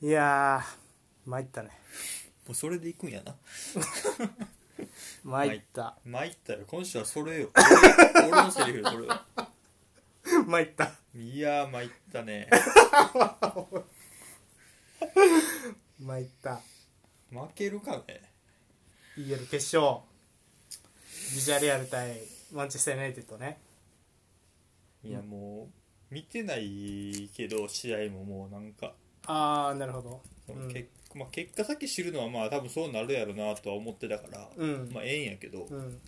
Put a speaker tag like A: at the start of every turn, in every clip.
A: いやー参ったね
B: うそれで行くんやな
A: 参った
B: 参ったよ今週は それよ俺俺のセリフよそれは
A: 参った
B: いやー参ったね
A: 参った
B: 負けるかね
A: EL 決勝ビジャレアル対マンチェスター・ユナイテッドね
B: いやもう見てないけど試合ももうなんか
A: ああなるほど
B: その
A: うん
B: 結,、まあ、結果さっき知るのはまあ多分そうなるやろなとは思ってたから、
A: うん
B: まあええんやけど、
A: うん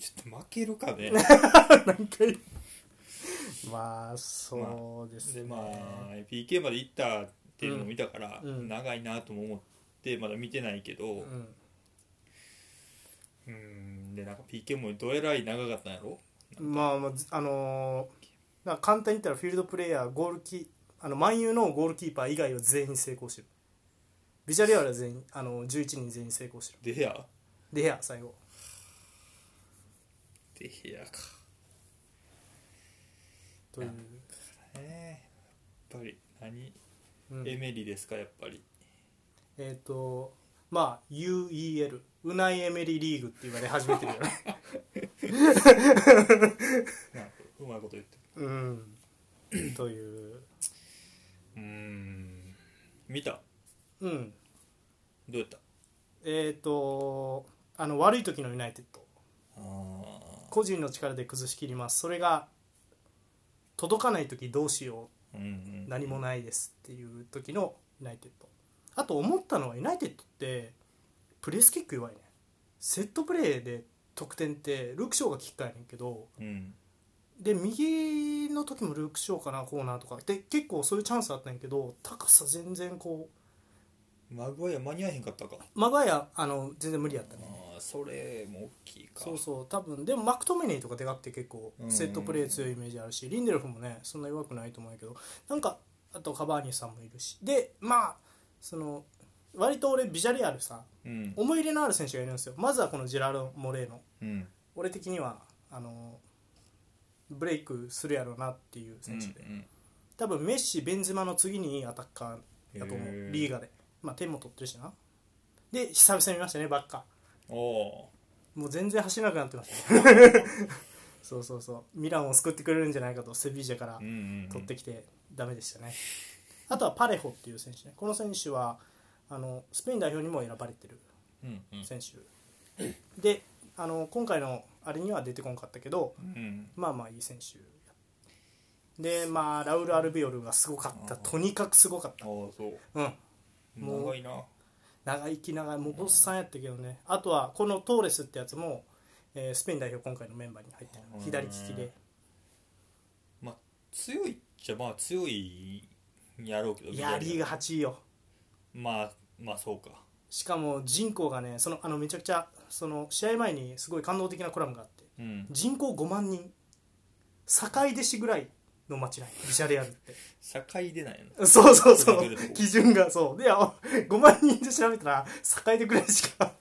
B: ちょっと負けるかね
A: 何回まあそう です
B: で
A: ね、
B: まあ PK まで行ったっていうのを見たから、
A: うんうん
B: 長いなとも思ってまだ見てないけど、
A: うん
B: うーんでなんか PK もどえらい長かったんやろ
A: まあまあずあのーなんか簡単に言ったらフィールドプレイヤーゴールキーあの万有のゴールキーパー以外は全員成功してるビジャレアルは全員あの11人全員成功してる
B: でヘア
A: でヘア最後
B: でヘアか
A: という、
B: ねえやっぱり何、
A: うん
B: エメリですかやっぱり
A: えっ、とまあ UEL ウナイエメリリーグって言われ始めてるよね
B: なんかうまいこと言って
A: うんという
B: るうーん見た
A: うん
B: どうやった
A: えっ、とあの悪い時のユナイテッド
B: あ
A: 個人の力で崩しきりますそれが届かない時どうしよ
B: ーうんうん
A: う何もないですっていう時のユナイテッドあと思ったのはユナイテッドってプレースキック弱いねセットプレーで得点ってルーク・ショーがキッカーやねんけど
B: うん
A: で右の時もルークショーかなコーナーとかで結構そういうチャンスあったんやけど高さ全然こ
B: マグワイア間に合わへんかったか
A: うマガヤあの全然無理やったね
B: ああそれも大きいか
A: そうそう多分でもマクトメネイとかでかくて結構
B: うん
A: セットプレー強いイメージあるしリンデルフもねそんな弱くないと思うんやけどなんかあとカバーニさんもいるしでまあその割と俺ビジャレアルさ
B: うん
A: 思い入れのある選手がいるんですよまずはこのジェラルド・モレーノ
B: うん
A: 俺的にはあのブレイクするやろうなっていう選手で、
B: うん
A: 多分メッシベンゼマの次にいいアタッカーだと思
B: へ
A: う
B: ー
A: リーガでまあ点も取ってるしなで久々に見ましたねばっか
B: うん、お
A: もう全然走らなくなってました そうそうそうミランを救ってくれるんじゃないかとセビージャから
B: ーうんうんうん
A: 取ってきてダメでしたねあとはパレホっていう選手ねこの選手はあのスペイン代表にも選ばれてる
B: うんうん
A: 選手であの今回のあれには出てこなかったけど
B: うん
A: まあまあいい選手でまあラウル・アルビオルがすごかったとにかくすごかった
B: ああそう
A: うんもう
B: 長いな
A: 長生き長いもうおっさんやったけどねあとはこのトーレスってやつも、えースペイン代表今回のメンバーに入ってる
B: うん
A: 左利きで
B: まあ強いっちゃまあ強いんやろうけど
A: いやーリーグ8位よ
B: まあまあそうか
A: しかも人口がねそのあのめちゃくちゃその試合前にすごい感動的なコラムがあって
B: うん
A: 人口5万人堺出市ぐらいの町ないビジャレアルって
B: 社会出ないの
A: そうそうそ
B: そうれぞれの
A: 基準がそうであ5万人で調べたら堺でぐらいしか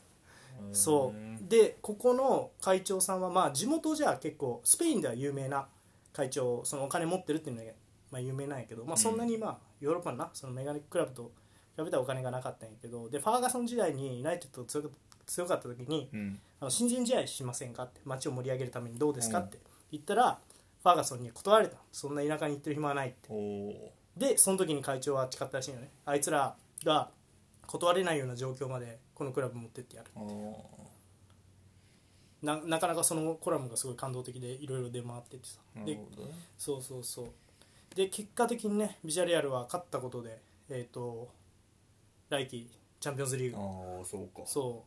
A: そうでここの会長さんはまあ地元じゃ結構スペインでは有名な会長そのお金持ってるっていうのが、まあ、有名なんやけど、まあ、そんなにまあヨーロッパのなそのメガネクラブと比べたらお金がなかったんやけどでファーガソン時代にユナイテッド強か強かった時に
B: うん
A: あの新人試合しませんかって街を盛り上げるためにどうですかって言ったらファーガソンに断られたそんな田舎に行ってる暇はないって
B: おお
A: でその時に会長は誓ったらしいよねあいつらが断れないような状況までこのクラブ持ってってやる
B: ーあ
A: ななかなかそのコラムがすごい感動的でいろいろ出回っててさ
B: ーな
A: で
B: るほどね
A: そうそうそうで結果的にねビジャレアルは勝ったことでえっ、と来季チャンピオンズリーグ
B: ああそうか
A: そ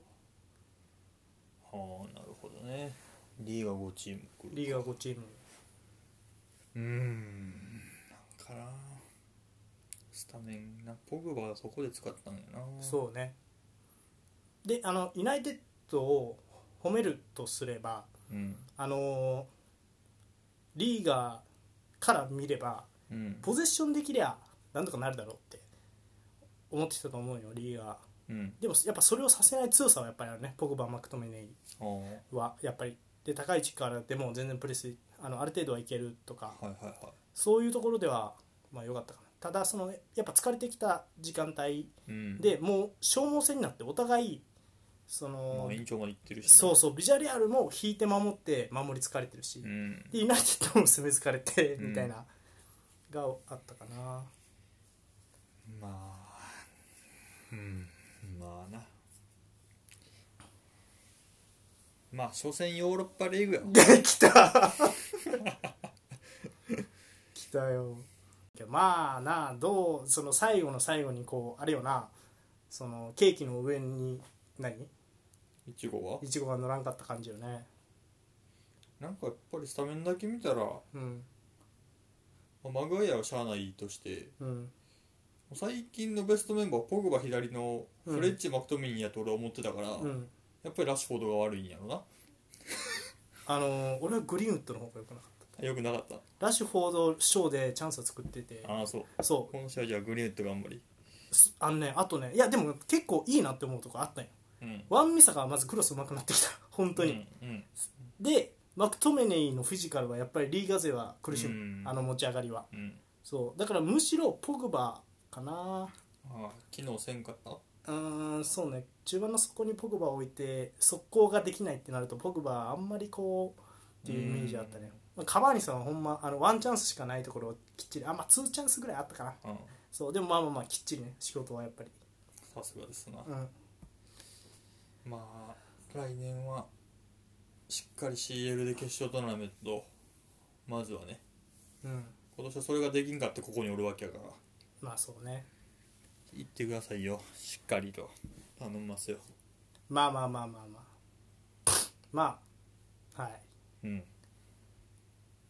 B: ああなるほどねリーガ5チーム来
A: う
B: る
A: リーガ5チーム
B: うーんなんかなスタメンなポグバがそこで使ったんやな
A: そうねであのユナイテッドを褒めるとすれば
B: ううん
A: あのーリーガーから見れば
B: うん
A: ポゼッションできりゃなんとかなるだろうって思ってたと思うよリーガー
B: うん
A: でもやっぱそれをさせない強さはやっぱりあるねポグバマクトメネイ
B: ああはい
A: はやっぱりで高い位置からでも全然プレスあのある程度はいけるとか
B: はいはい
A: そういうところではまあ良かったかなただその、ね、やっぱ疲れてきた時間帯
B: うん、
A: でもう消耗戦になってお互いそ
B: ま
A: の
B: あ、延長までいってるし、
A: そうそうビジャレアルも引いて守って守り疲れてるし、
B: うん、
A: でユナイテッドも攻め疲れて
B: うん
A: みたいな、があったかな
B: まあうんまあなまあ所詮ヨーロッパリーグや
A: できた来たよまあなあどうその最後の最後にこうあれよなそのケーキの上に何
B: いちごはい
A: ちごが乗らんかった感じよね
B: なんかやっぱりスタメンだけ見たら、ま
A: うん
B: あマグワイアはしゃあないとして
A: うん
B: 最近のベストメンバーはポグバ左の
A: うん
B: フレッチ・マクトミニやと俺は思ってたから、
A: うん
B: やっぱりラッシュフォードが悪いんやろな
A: あのー俺はグリーンウッドの方が良くなかっ
B: よくなかった
A: たラッシュフォードショーでチャンスを作ってて
B: ああそう
A: そう
B: この試合じゃあグリーンウッド頑張り
A: すあのねあとねいやでも結構いいなって思うとこあったんよ
B: うん
A: ワンミサがまずクロス上手くなってきた 本当に、
B: うん、うん
A: でマクトメネイのフィジカルはやっぱりリーガ勢は苦しむ、
B: うん
A: あの持ち上がりは
B: うん
A: そうだからむしろポグバかな
B: ああ機能せんかった
A: うーんそうね中盤の速攻にポグバを置いて速攻ができないってなるとポグバあんまりこうっていうイメージあったね、まあカバーニさんはほんまあのワンチャンスしかないところをきっちりあまあツーチャンスぐらいあったかな
B: うん
A: そうでもまあまあまあきっちりね仕事はやっぱり
B: さすがですな
A: うん
B: まあ来年はしっかり CL で決勝トーナメントまずはね
A: うん
B: 今年はそれができんかってここにおるわけやから
A: まあそうね
B: 行ってくださいよしっかりと頼みますよ
A: まあまあまあまあまあまあはい、
B: うん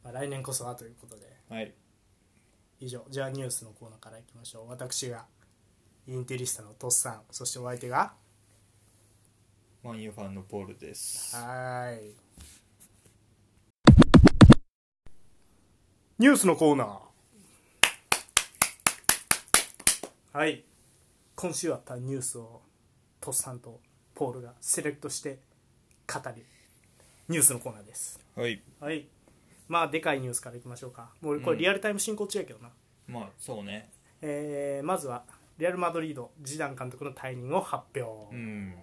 A: まあ、来年こそはということで
B: はい
A: 以上じゃあニュースのコーナーからいきましょう私がインテリスタのトッさんそしてお相手が
B: マンユーファンのポールです
A: はーいニュースのコーナーはい今週あったニュースをトッさんとポールがセレクトして語るニュースのコーナーです
B: はい
A: はいまあでかいニュースからいきましょうかもうこれ
B: うん
A: リアルタイム進行中やけどな、
B: まあそうね
A: えーまずはレアル・マドリードジダン監督の退任を発表、
B: うん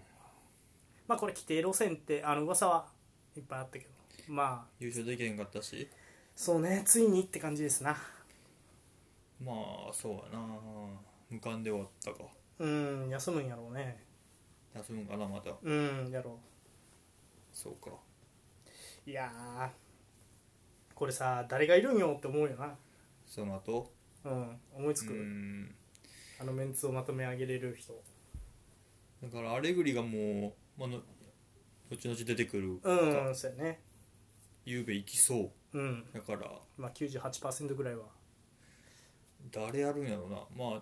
A: まあこれ規定路線ってあの噂はいっぱいあったけどまあ
B: 優勝できへんかったし
A: そうねついにって感じですな
B: まあそうやな無冠で終わったか
A: うん休むんやろうね
B: 休むんかなまた
A: うんやろ
B: そうか
A: ういやーこれさ誰がいるんよって思うよな
B: その後
A: うん思いつ
B: う
A: く、
B: ん
A: あのメンツをまとめ上げれる人
B: だからアレグリがもう、まあ、の後々出てくる
A: う
B: か
A: ん、そうやね
B: ゆうべ行きそう
A: うん
B: だから
A: まあ98%ぐらいは
B: 誰やるんやろなまあ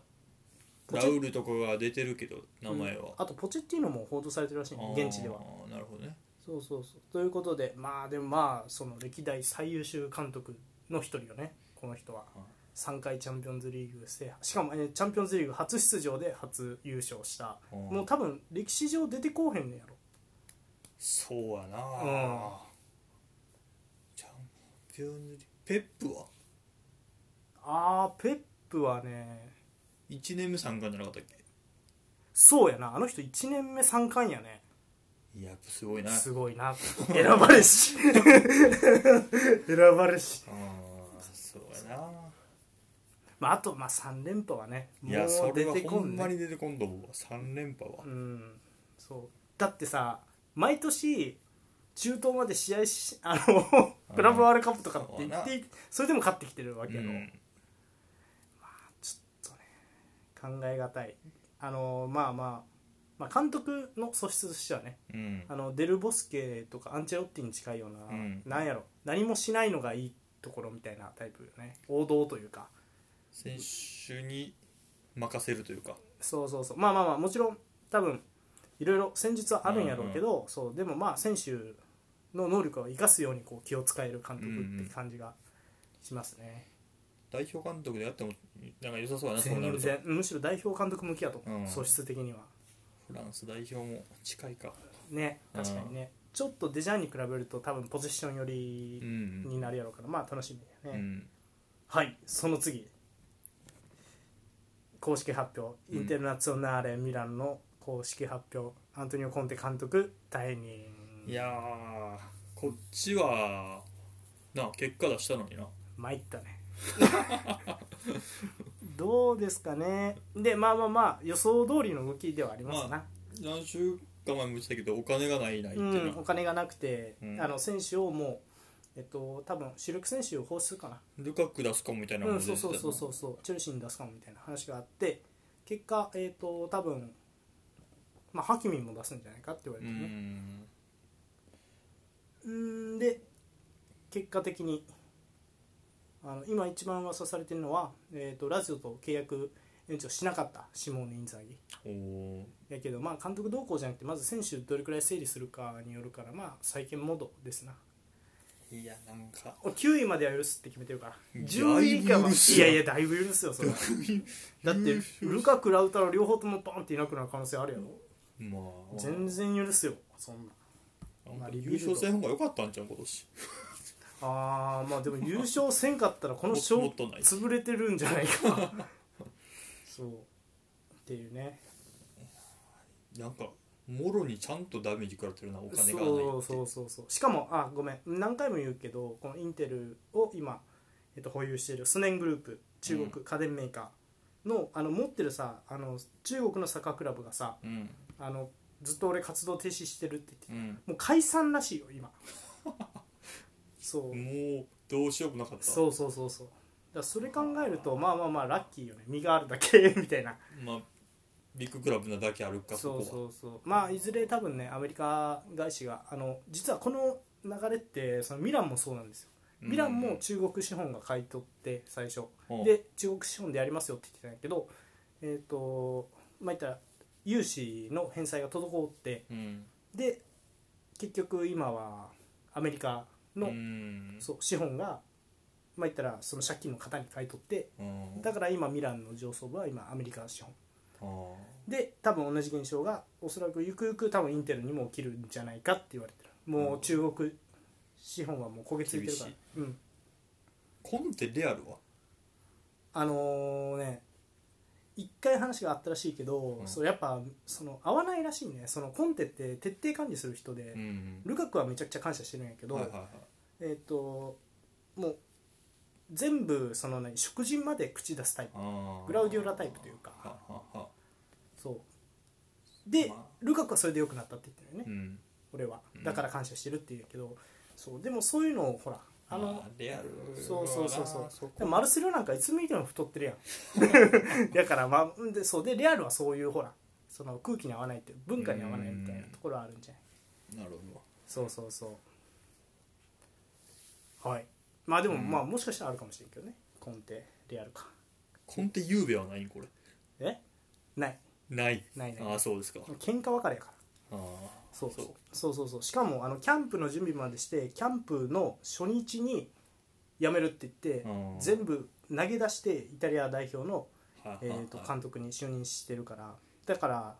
A: ポ
B: ラ
A: チ
B: ウルとかが出てるけど名前
A: うん
B: は、
A: あとポチッティーノも報道されてるらしいね現地では
B: あーなるほどね
A: そうそうそうということでまあでもまあその歴代最優秀監督の一人よねこの人は
B: うん
A: 3回チャンピオンズリーグ制覇しかも、えーチャンピオンズリーグ初出場で初優勝した
B: あー
A: もう多分歴史上出てこうへんねやろ
B: そう
A: う
B: やな
A: ん
B: チャンピオンズリーグペップは
A: あーペップはね
B: 1年目参加じゃなかったっけ
A: そうやなあの人1年目3冠やね
B: いややっぱすごいな
A: すごいな 選ばれし選ばれし、
B: ああそうやな
A: まあ、あとまあ3連覇はね
B: いやそれはほん
A: ね
B: まに出てこんと思うわ3連覇は
A: うんそうだってさ毎年中東まで試合し あのクラブワールドカップとかって言ってそれでも勝ってきてるわけやろ、
B: うん
A: ちょっとね考えがたいあのまあまあまあ、監督の素質としてはね
B: うん
A: あのデル・ボスケとかアンチェロッティに近いような、
B: うん
A: なんやろ何もしないのがいいところみたいなタイプよね王道というか
B: 選手に任せるというか
A: そうそうそうまあまあまあもちろん多分いろいろ戦術はあるんやろうけど、そうでもまあ選手の能力を生かすようにこう気を使える監督って感じがしますね、
B: 代表監督であってもなんか良さそうやなそうな
A: 全
B: ると
A: 然むしろ代表監督向きやと思う、
B: うん
A: 素質的には
B: フランス代表も近いか
A: ね確かにね、ちょっとデジャーに比べると多分ポジション寄り
B: うん
A: になるやろうから、まあ楽しみだよ
B: う
A: ね、
B: ん
A: はいその次公式発表、
B: う
A: イ
B: ん
A: ンテルナツィオナーレミラノの公式発表アントニオ・コンテ監督退任
B: いやーこっちはな結果出したのにな
A: 参ったね どうですかねでまあまあまあ予想通りの動きではありますな、
B: ま何週間前も言ってたけどお金がないないって
A: う
B: いうの
A: ん、お金がなくて、
B: うん
A: あの選手をもうえっと多分主力選手を放出かな
B: ルカク出すかもみたいな
A: う
B: も
A: ん、そうそうそう
B: う
A: そうそうチェルシーに出すかもみたいな話があって結果えっ、と多分まあハキミも出すんじゃないかって言われ
B: う
A: てね
B: ん
A: うーんで結果的にあの今一番噂されてるのは、えー、とラジオと契約延長しなかったシモーネ・インザギ
B: おー
A: やけどまあ監督どうこうじゃなくてまず選手どれくらい整理するかによるからまあ再建モードですない
B: やなんか
A: 9位までは許すって決めてるから
B: だいぶ
A: 10位以下は
B: 許す
A: い
B: よ
A: やいやだいぶ許すよそれは だってルカクラウタロ両方ともバンっていなくなる可能性あるやろ
B: まあ
A: 全然許すよそんな
B: なん
A: まあ
B: か
A: リビ
B: 優
A: ルド
B: 勝せん方が良かったんじゃん今年
A: あーまあでも優勝せんかったらこの賞
B: もっとない
A: 潰れてるんじゃないか そうっていうね
B: なんかもろにちゃんとダメージ食らってるなお金がないって
A: そうそうそうそうしかもあごめん何回も言うけどこのインテルを今、えっと、保有しているスネングループ中国家電メーカーの,、あの持ってるさあの中国のサッカークラブがさ
B: うん
A: あのずっと俺活動停止してるって言って
B: うん
A: もう解散らしいよ 今そう
B: もうどうしようもなかった
A: そうそうそうそうだからそれ考えるとまあまあまあラッキーよね身があるだけみたいな
B: まあビッグクラブなだけあるかそこ
A: そ
B: は
A: うそうそうまあいずれ多分ねアメリカ外資があの実はこの流れってそのミランもそうなんですよ
B: うん
A: ミランも中国資本が買い取って最初
B: うん
A: で中国資本でやりますよって言ってたんやけどえっ、とまあ言ったら融資の返済が滞って
B: うん
A: で結局今はアメリカの
B: うん
A: そう資本がまあ言ったらその借金の方に買い取って
B: うん
A: だから今ミランの上層部は今アメリカ資本
B: あー
A: で多分同じ現象がおそらくゆくゆく多分インテルにも起きるんじゃないかって言われてるもう中国資本はもう焦げついてるから
B: 厳し
A: うん
B: コンテレアルは
A: あのね一回話があったらしいけど、
B: うん
A: そうやっぱその合わないらしいねそのコンテって徹底管理する人で、
B: うん
A: ルカクはめちゃくちゃ感謝してるんやけど、
B: はいはいはい
A: えっ、ともう全部その、ね、食事まで口出すタイプ
B: あー
A: グラウディオラタイプというか
B: ははは
A: そうで、
B: まあ
A: ルカクはそれで良くなったって言ってるよね、
B: うん
A: 俺は
B: うん
A: だから感謝してるって言うけど、そうでもそういうのをほらあの、
B: まあレアル
A: そうそうそうそう
B: そ
A: で
B: こ
A: もマルセロなんかいつ見ても太ってるや んだからまあでそうでレアルはそういうほらその空気に合わないっていう文化に合わないみたいなところはあるんじゃない
B: なるほ
A: そうそうそうはいまあでも、
B: うん
A: まあもしかしたらあるかもしれんけどねコンテレアルか
B: どコンテゆうべはないんこれ
A: えない
B: ない
A: ないない
B: ああそうですか
A: 喧嘩別れやから
B: ああ
A: そうそうそうそうそうしかもあのキャンプの準備までしてキャンプの初日に辞めるって言って、
B: うん
A: 全部投げ出してイタリア代表の、
B: はい
A: え
B: はいは
A: ー、
B: い
A: と監督に就任してるからだから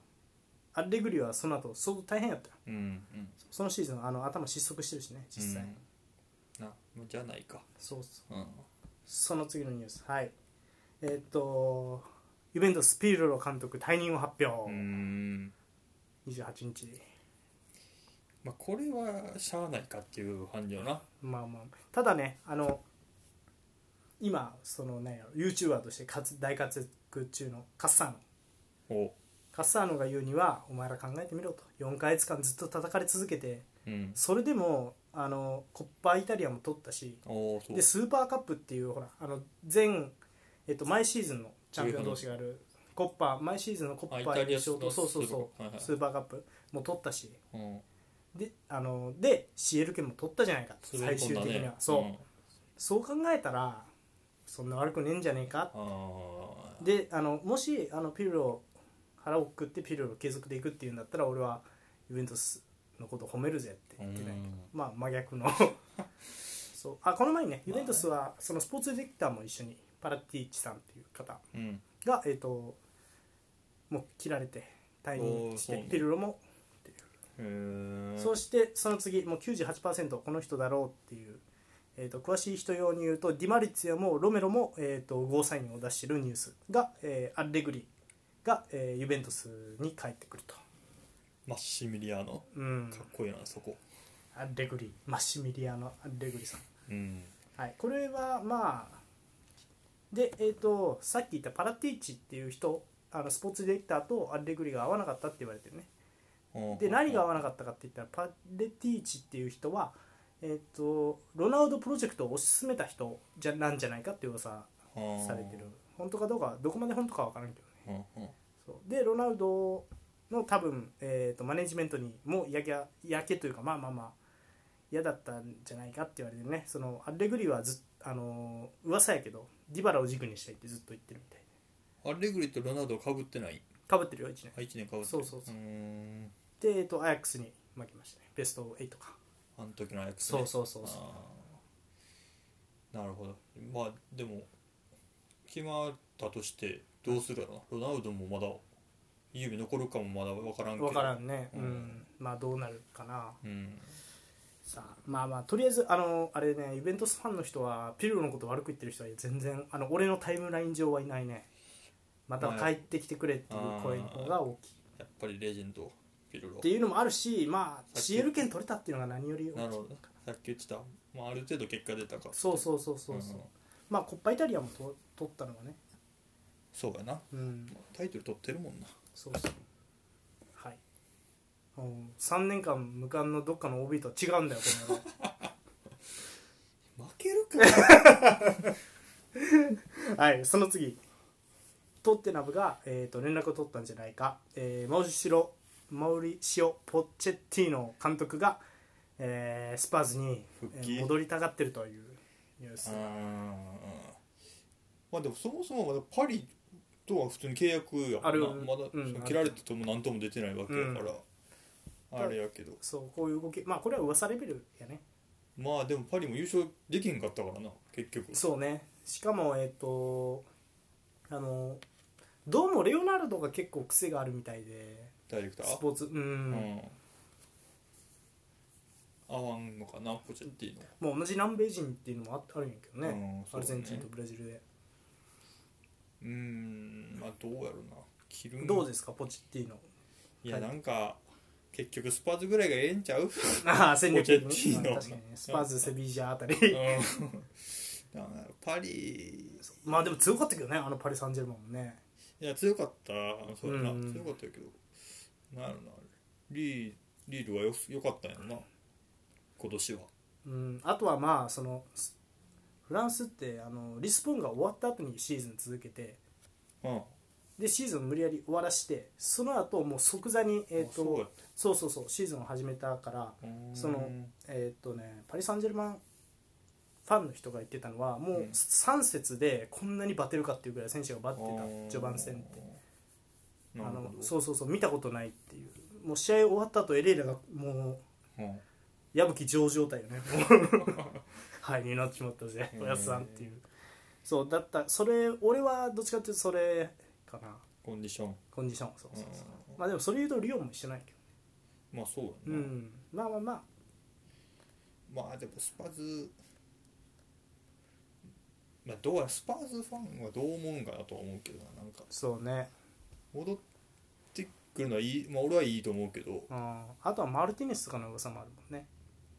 A: アレグリはその後相当大変やったよ
B: うんうん
A: そのシーズンあの頭失速してるしね実際、
B: うんなじゃないか
A: そうそう
B: うん
A: その次のニュースはいえっ、とユベントスピーロロ監督退任を発
B: う
A: 表、
B: ん
A: 28日
B: まあこれはしゃあないかっていう感じよな
A: まあまあただねあの今そのね YouTuber として活大活躍中のカッサーノ
B: お
A: カッサーノが言うにはお前ら考えてみろと4ヶ月間ずっと叩かれ続けて
B: うん
A: それでもあのコッパイタリアも取ったし
B: おーそう
A: でスーパーカップっていうほらあの前、えっと、毎シーズンのチャンピオン同士があるコッパ毎シーズンのコッパ
B: あイタ
A: 優
B: リア
A: 勝と
B: の
A: そうそうそ
B: スーパーはいは
A: う
B: い
A: スーパーカップも取ったし
B: うん
A: であので CL 権も取ったじゃないかと
B: 滑
A: 最
B: り込
A: 終
B: んだ
A: 的
B: ね
A: にはそう、
B: ん
A: そう考えたらそんな悪くねえんじゃねえか
B: ああ
A: であのもしあのピルロ腹をくくってピルロ継続でいくっていうんだったら俺はユベントスのこと褒めるぜって言ってない
B: うん
A: まあ真逆 のそうあこの前にねユベントスはそのスポーツディレクターも一緒にパラティーチさんっていう方
B: うん
A: がえっ、ともう切られて退任し
B: おーそう
A: て
B: ね
A: ピルロも
B: へえ
A: そしてその次もう98%この人だろうっていう、えー、と詳しい人用に言うとディマリッツィアもロメロも、えー、とゴーサインを出しているニュースが、えーアレグリが、えーユベントスに帰ってくると、
B: マッシミリアーノ
A: うん
B: かっこいいなそこ
A: アレグリマッシミリアのアレグリさん
B: うん
A: はい、これはまあでえっ、とさっき言ったパラティーチっていう人あのスポーツディレクターとアレグリが合わなかったって言われてるねで何が合わなかったかって言ったらパレティーチっていう人は、えっとロナウドプロジェクトを推し進めた人じゃなんじゃないかって噂されてる本当かどうかどこまで本当かわからんけどね
B: うんうん
A: そうでロナウドの多分、えー、とマネジメントにもやけやけというかまあまあまあ嫌だったんじゃないかって言われてるねそのアレグリはずっあのー噂やけどディバラを軸にしたいってずっと言ってるみたい
B: アレグリとロナウドかぶってない
A: かぶってるよ1年
B: あ1年かぶってる
A: そうそうそう
B: ーん
A: で、えー、とアヤックスに負けましたねベスト8か
B: あの時のアヤックスね、
A: そうそうそうそう
B: あーなるほどまあでも決まったとしてどうするやろなロナウドもまだ指残るかもまだ分からんけど
A: 分からんねうん、
B: うん
A: まあどうなるかな
B: うん
A: さあまあまあとりあえずあのあれねイベントスファンの人はピルロのこと悪く言ってる人は全然あの俺のタイムライン上はいないねまた帰ってきてくれっていう声の方が大きい
B: やっぱりレジェンドピルロ
A: っていうのもあるしまあ
B: さっき
A: CL 権取れたっていうのが何より大きい
B: なるほどねさっき言ってた、まあ、ある程度結果出たか
A: そうそうそうそうそう、
B: ん
A: まあコッパイタリアもと取ったのはね
B: そうやな
A: うん
B: タイトル取ってるもんな
A: そうそうはいうん3年間無冠のどっかの OB とは違うんだよこの野郎
B: 負けるか
A: はいその次トッテナムが、えー、と連絡を取ったんじゃないか、えーマウシロマウリシオ・ポッチェッティーノ監督が、えースパーズに、
B: 復
A: え
B: 帰
A: ー戻りたがってるというニュース
B: うーんまあでもそもそもまだパリとは普通に契約やもんな
A: ある
B: まだ、
A: うん
B: その切られてとも何とも出てないわけやから、あれやけど
A: そうこういう動きまあこれは噂レベルやね
B: まあでもパリも優勝できへんかったからな結局
A: そうねしかもえっ、とあのどうもレオナルドが結構癖があるみたいで
B: ダイレクター
A: スポーツうん、
B: うん合わんのかなポチェッティの
A: もう同じ南米人っていうのもああるんやけどね,、
B: うんそ
A: ア
B: うだね
A: ルゼンチンとブラジルで、
B: うーんまあどうやろな切るん
A: どうですかポチッティーノ
B: いやなんか結局スパーズぐらいがええんちゃう
A: ああ戦力的
B: ポチェッティーノ
A: まあ確かにねスパーズセビージャあたり
B: だからパリ
A: まあでも強かったけどねあのパリ・サンジェルマンもね
B: いや強かったそうやな、
A: うん
B: 強かったけどなんやろなリーリールはよよかったんやろな今年は
A: うんあとはまあそのスフランスってあのリスポーンが終わった後にシーズン続けて
B: うん
A: でシーズン無理やり終わらしてその後もう即座に、えー、と
B: あそうやった
A: そうそうそうシーズンを始めたから
B: うーん
A: そのえっ、とねパリ・サンジェルマンファンの人が言ってたのはもう
B: うん
A: 3節でこんなにバテるかっていうぐらい選手がバテてた
B: あー
A: 序盤戦ってあ
B: なる
A: の
B: ほど
A: そうそうそう見たことないっていうもう試合終わった後エレイラがも
B: うん
A: う矢吹上状態よ ねもうはいになっちまったぜおやつさんっていうそうだったそれ俺はどっちかっていうとそれかな
B: コンディション
A: コンディションそうそうそう
B: うん
A: まあでもそれ言うとリオンもしてないけ
B: まあそう
A: ど
B: や
A: う
B: な、
A: んまあまあまあ
B: まあでもスパーズまあどうやスパーズファンはどう思うんかなとは思うけどななんか
A: そうね
B: 戻ってくるのはいいまあ俺はいいと思うけど
A: うんあとはマルティネスとかの噂もあるもんね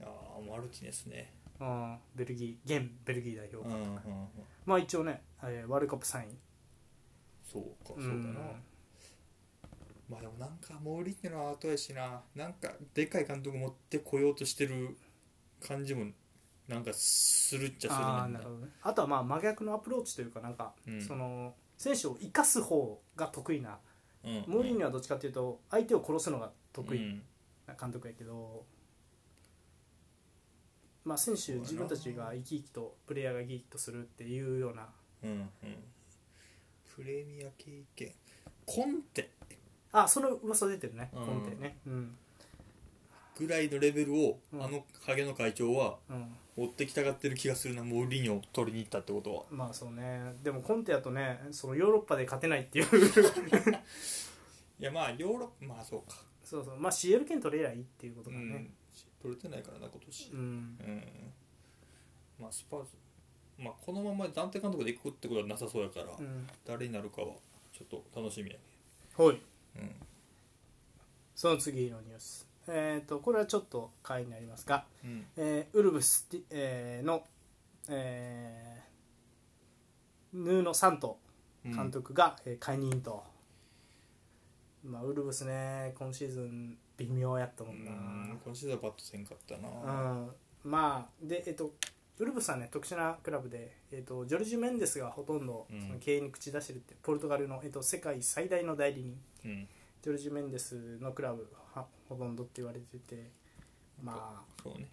B: ああマルティネスね
A: うんベルギー現ベルギー代表、
B: うんうんうん
A: まあ一応ね、えーワールドカップ3位
B: そうかそう
A: う
B: だな、
A: ん
B: まあでもなんかモーリーってのは後やしななんかでっかい監督持ってこようとしてる感じもなんかするっちゃする
A: あー
B: ねん
A: なる
B: な
A: ほどねあとはまあ真逆のアプローチというかなんか、
B: うん
A: その選手を生かす方が得意な
B: うん
A: モーリーニョはどっちかっていうと相手を殺すのが得
B: う
A: 意
B: ん
A: な監督やけど、まあ、選手
B: うやな
A: 自分たちが生き生きとプレイヤーが生き生きとするっていうような
B: うんうんプレミア経験コンテ
A: あその噂出てるね
B: うん
A: コンテねうん、
B: ぐらいのレベルを、
A: うん
B: あのハゲの会長は
A: うん、
B: 追ってきたがってる気がするなモーリーニョを取りに行ったってことは
A: まあそうねでもコンテやとねそのヨーロッパで勝てないっ ていう
B: いやまあヨーロッパまあそうか
A: そうそうまあ CL 権取れりゃいいっていうこと
B: う
A: だね
B: ん取れてないからな今年
A: うん、
B: うんまあスパーズまあこのまま暫定監督で行くってことはなさそうやから、
A: うん
B: 誰になるかはちょっと楽しみやね
A: はい
B: うん
A: その次のニュースえっ、とこれはちょっと回になりますが、
B: うん
A: えーウルブスティ、えーの、えーヌーノ・サント
B: うん
A: 監督が、えー解任と、まあ、ウルブスね今シーズン微妙やった
B: う
A: もんな、
B: ん今シーズンはバットせんかったな
A: うんまあでえっとウルブスはね特殊なクラブで、えっと、ジョルジュ・メンデスがほとんど
B: うん
A: その経営に口出してるって、ポルトガルの、えっと、世界最大の代理人
B: うん
A: ジョルジュ・メンデスのクラブはほとんどって言われててまあ
B: そうね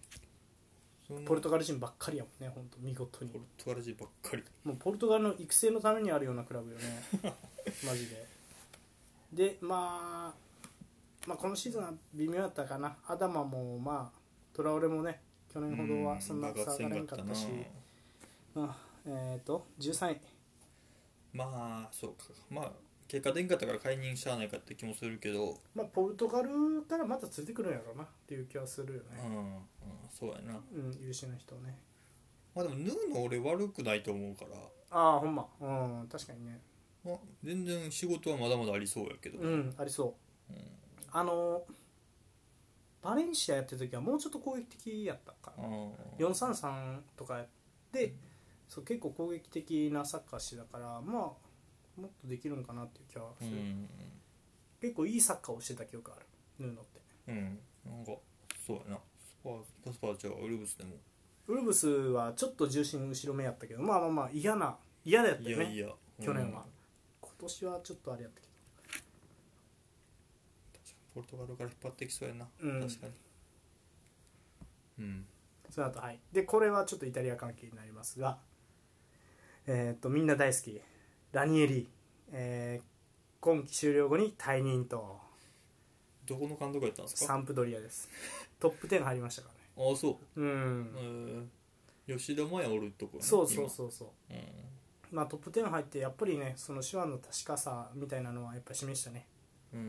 B: そんな
A: ポルトガル人ばっかりやもんね本当見事に
B: ポルトガル人ばっかり
A: もうポルトガルの育成のためにあるようなクラブよねマジでで、まあ、まあこのシーズンは微妙だったかなアダマもまあトラオレもね去年ほどはそんな
B: う
A: 差がれんかったし、
B: 爆発せんか
A: うん、えっ、と13位
B: なまあそうかまあ結果出んかったから解任しゃあないかって気もするけど
A: まあポルトガルからまた連れてくるんやろうなっていう気はするよ
B: う
A: ね、
B: ん、うん、そうやな
A: うん、優秀な人をね
B: まあでもヌーの俺悪くないと思うから、
A: ああほんまうん確かにね
B: まあ、全然仕事はまだまだありそうやけど、
A: うんありそう、
B: うん
A: あのバレンシアやってる時はもうちょっと攻撃的やったから
B: うん
A: 433とかで、そう結構攻撃的なサッカーしてたからまあもっとできるんかなっていう気は
B: う
A: する、
B: ん
A: 結構いいサッカーをしてた記憶あるヌーノって
B: うんなんかそうやなスパーズスパーズじゃあウルブスでも
A: ウルブスはちょっと重心後ろめやったけどまあまあまあ嫌な嫌だった
B: い
A: よ
B: や
A: ね
B: いや、
A: 去
B: う
A: 年
B: ん
A: は、今年はちょっとあれやったけ
B: ポルトガルから引っ張ってきそうやな、
A: うん
B: 確かにうん
A: どその後はいでこれはちょっとイタリア関係になりますがえーっとみんな大好きラニエリ、えー今季終了後に退任と
B: どこの監督やったんですか
A: サ
B: あ
A: ンプドリアですトップ10入りましたからね、
B: あそううんえー、吉田麻也おるとこやね
A: そうそうそうそう
B: 今
A: まあトップ10入ってやっぱりねその手腕の確かさみたいなのはやっぱ示したね
B: うんうん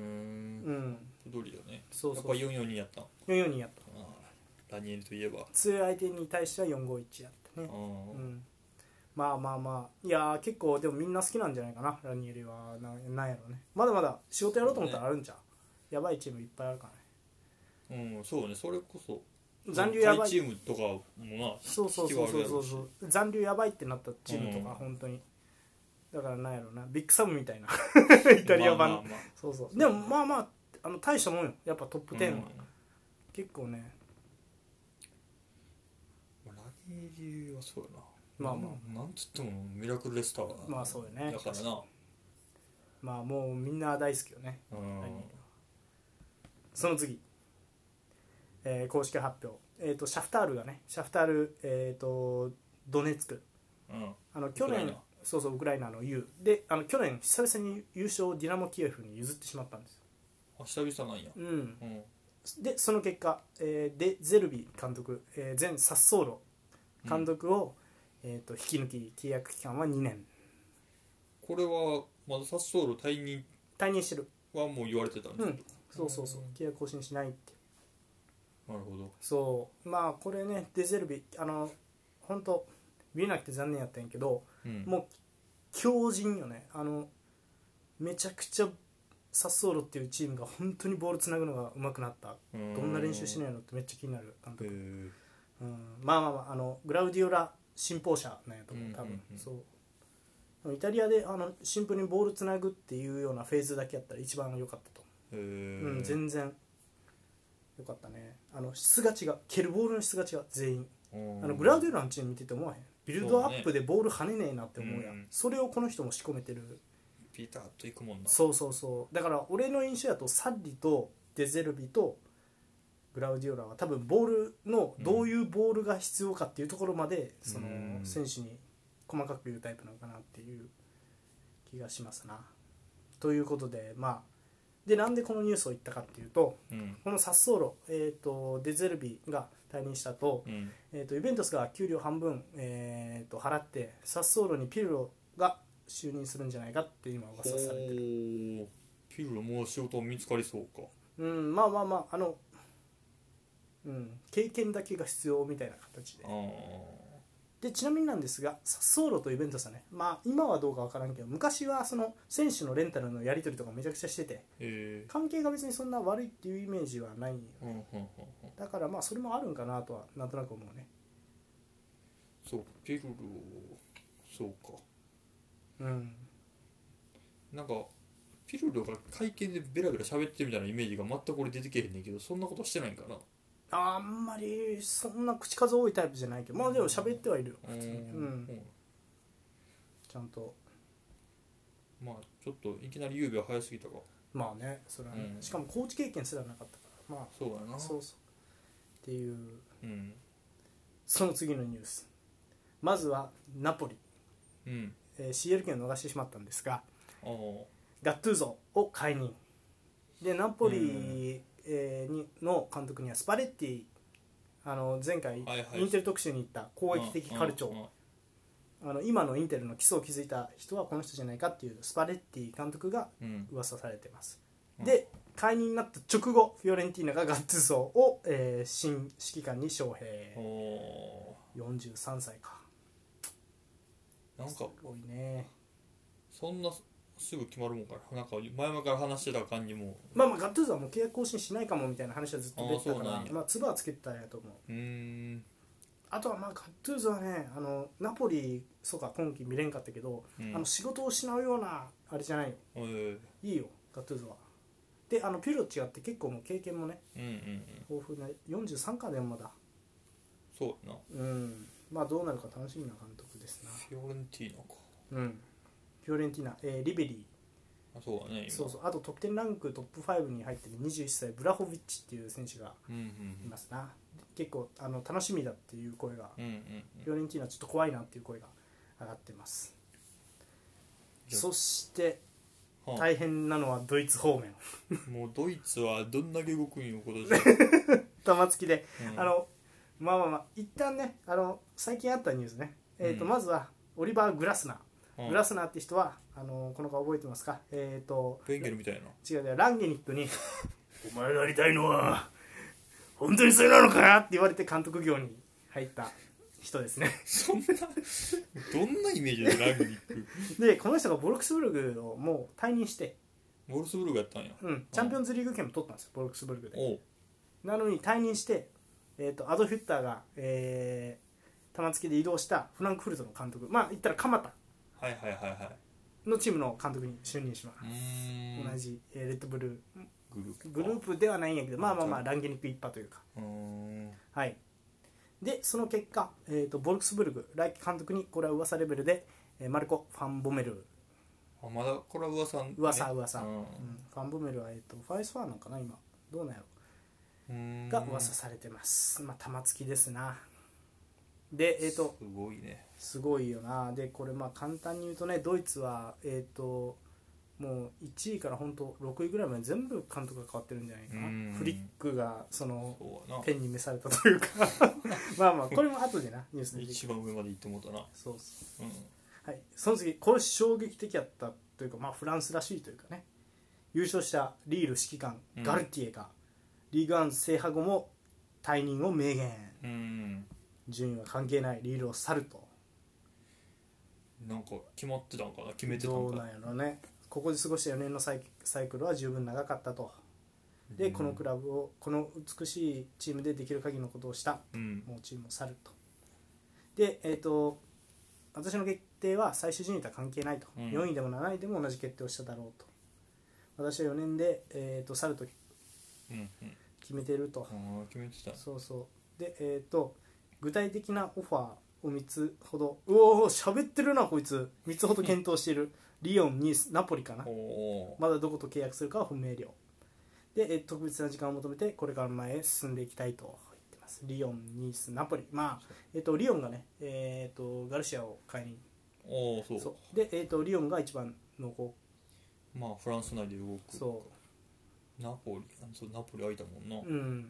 A: うん
B: ドリアね
A: そうそう
B: やっぱ4 4 2やったんあ
A: 4 4にやった
B: ーラニエルといえば
A: 強い相手に対しては451やったねう
B: あー
A: んまあまあまあいやー結構でもみんな好きなんじゃないかなラニエリはななんやろうねまだまだ仕事やろうと思ったらあるんじゃう、やばいチームいっぱいあるからね
B: うんそうねそれこそ
A: 残留やば
B: 下位チ
A: い
B: ームとかもな
A: そうそうそうそうそうそう残留やばいってなったチームとか
B: うん
A: 本当にだからなんやろうなビッグサムみたいな イタリア版
B: まあまあまあ
A: そうそうでもまあまああの大したもんよやっぱトップ10は、
B: う
A: 結構ね
B: んラニエルはそうやな
A: まあま
B: あなんつってもミラクルレスター
A: あまあそうよね
B: だからな
A: まあもうみんな大好きよね
B: うん
A: その次、えー公式発表、えー、とシャフタールがねシャフタール、えー、とドネツク
B: うん
A: あの去
B: ウクライ
A: 年
B: ナ
A: そうそうウクライナの U であの去年久々に優勝をディナモ・キエフに譲ってしまったんですよ、
B: あ久々なんや
A: うん、
B: うん
A: でその結果、えーでゼルビ監督、えー前サッソーロ監督を、えー、と引き抜き契約期間は2年
B: これはまだサッソール退任
A: 退任してる
B: はもう言われてたん
A: う
B: です
A: んそうそうそう契約更新しないって
B: なるほど
A: そうまあこれねデゼルビあの本当見れなくて残念やったんやけど、
B: うん
A: もう強靭よねあのめちゃくちゃサッソーロっていうチームが本当にボールつなぐのが上手くなった
B: ど
A: どんな練習して
B: ない
A: ないのってめっちゃ気になる監
B: へ
A: 督、
B: え
A: うん、まあまあまああのグラウディオラ信奉者なんやと思う多
B: うんう
A: 分
B: ん、うん
A: そうイタリアであのシンプルにボールつなぐっていうようなフェーズだけやったら一番良かったと思ううん、全然よかったねあの質が違う蹴るボールの質が違う全員あのグラウデ
B: ル
A: ルラのチーム見てて思わへんビルドアップでボール跳ねねえなって思うやんそ,、
B: うん
A: れをこの人も仕込めてる
B: ピタッといくもんな
A: そうそうそうだから俺の印象やとサッリとデゼルビとグラウディオラは多分ボールのどういうボールが必要かっていうところまで、その
B: うん
A: 選手に細かく言うタイプなのかなっていう気がしますなということでまあでなんでこのニュースを言ったかっていうと、
B: うん
A: このサッソーロ、えー、とデゼルビが退任したと,、
B: うん
A: えー、とユベントスが給料半分、えー、と払ってサッソーロにピルロが就任するんじゃないかって今噂されてる、
B: ほうピルロもう仕事見つかりそうか
A: うん、まあまあまああの、うん、経験だけが必要みたいな形で
B: ああ
A: でちなみになんですがサッソーロとユベントスはね、まあ、今はどうかわからんけど昔はその選手のレンタルのやり取りとかめちゃくちゃしてて
B: え
A: 関係が別にそんな悪いっていうイメージはないよ
B: ー、うんうんうんうん
A: だからまあそれもあるんかなとはなんとなく思うね
B: そうピルロそうか
A: うん
B: なんかピルロが会見でベラベラ喋ってるみたいなイメージが全く俺出てけへんねんけどそんなことしてないんかな
A: あんまりそんな口数多いタイプじゃないけどまあでも喋ってはいるよ
B: う
A: 普通にうんんちゃんと
B: まあちょっといきなり夕べは早すぎたか
A: まあねそれはね、
B: うん
A: しかもコーチ経験すらなかったからま
B: そうだ
A: あ
B: な
A: そうそうっていう
B: うん
A: その次のニュースまずはナポリ、
B: うん
A: えー CL 権を逃してしまったんですが
B: ああ
A: ガットゥーゾを解任でナポリ、えーにの監督にはスパレッティあの前回、
B: はいはい
A: インテル特集に行った攻撃的カルチョー、
B: うんうん
A: あの今のインテルの基礎を築いた人はこの人じゃないかっていうスパレッティ監督が
B: うん
A: 噂されてます、
B: うん
A: で解任になった直後フィオレンティーナがガッツーゾを、えー新指揮官に招
B: あ
A: 聘
B: あ
A: 43歳か
B: なん
A: す
B: か
A: ごいね
B: そんなすぐ決まるもんかななんか前々から話してた感じも
A: まあまあガッツーゾはもう契約更新しないかもみたいな話はずっと出てたか
B: あーそう
A: ら
B: なんや
A: まあツバはつけてたんやと思う
B: うーん
A: あとはまあガットゥーゾはねあのナポリそうか今季見れんかったけど、
B: うん
A: あの仕事を失うようなあれじゃないよ
B: えー
A: いいよガットゥーゾはであのピュロと違って結構もう経験もね
B: うんうんうん
A: 豊富な43かでもまだ
B: そうやな
A: うんまあどうなるか楽しみな監督ですな
B: フィオレンティーナか
A: うんフィオレンティーナ、えーリベリ
B: あそうだね今
A: ーそうそうあと得点ランクトップ5に入ってる21歳ブラホビッチっていう選手が
B: うんうん
A: いますな結構あの楽しみだっていう声が
B: うんうんうん
A: フィオレンティーナちょっと怖いなっていう声が上がってます
B: いや
A: そして
B: はあ
A: 大変なのはドイツ方面
B: もうドイツはどんだけ動くんよ今 年、
A: 玉突きで
B: うん
A: あのまあまあまあ一旦ねあの最近あったニュースね、えーと
B: うん
A: まずはオリバー・グラスナー
B: うん
A: グラスナーって人はあのこの顔覚えてますかえっ、と
B: ベンゲルみたいな
A: 違う違うランゲニックに「 お前がやりたいのは本当にそれなのかな?」って言われて監督業に入った人です ね
B: そんなどんなイメージでラグビック
A: でこの人がボルクスブルグをもう退任して、
B: ボルスブルクやったんや
A: うん、チャンピオンズリーグ権も取ったんですよボルクスブルグで
B: おう
A: なのに退任して、えー、とアド・フュッターが、えー、玉突きで移動したフランクフルトの監督まあ言ったら蒲田
B: はいはいはいは
A: のチームの監督に就任します
B: いう、ーん
A: 同じ、えーレッドブル
B: グループ
A: ーグループではないんやけどまあまあまあランゲニック一派というか
B: うーん
A: はい、でその結果、えー、とボルクスブルク来季監督にこれは噂レベルで、えーマルコ・ファンボメル、
B: あまだこれは噂、ね、
A: 噂噂
B: うん
A: うんファンボメルは、えー、とファイスファーなんかな今どうなんやろ
B: うーん
A: が噂されてます、まあ玉突きですなでえっ、と
B: すごいね
A: すごいよなでこれまあ簡単に言うとねドイツはえっ、ともう1位から本当6位ぐらいまで全部監督が変わってるんじゃないかな
B: うん
A: フリックがその
B: そうやな
A: ペンに召されたというか まあまあこれも後でなニュースで出てく
B: 一
A: る
B: 番上まで行ってもうたな
A: そうそう
B: うん
A: はい、その次これ衝撃的やったというか、まあ、フランスらしいというかね優勝したリール指揮官
B: うん
A: ガルティエが、リーグワン制覇後も退任を明言
B: うーん
A: 順位は関係ないリールを去ると
B: なんか決まってたんかな決めてた
A: ど
B: ん
A: う
B: か
A: なんやろねここで過ごした4年のサイサイクルは十分長かったとで、
B: うん
A: このクラブをこの美しいチームでできる限りのことをした
B: うん
A: もうチームを去るとでえっ、と私の決定は最終順位とは関係ないと、
B: うん
A: 4位でも7位でも同じ決定をしただろうと私は4年で、えー、と去ると
B: うんうん
A: 決めてると、
B: ああ決めてた
A: そうそうでえっ、と具体的なオファーを3つほどうおー喋ってるなこいつ3つほど検討しているリオンニースナポリかな
B: おお
A: まだどこと契約するかは不明瞭で、えー特別な時間を求めてこれから前へ進んでいきたいと言ってますリオン、ニース、ナポリまあ、えっとリオンがね、えー、とガルシアを解任
B: おおそう
A: そうで、えー、とリオンが一番のこ
B: まあフランス内で動
A: う
B: く
A: そ
B: ナポリあそうナポリ空いたもんな
A: ううん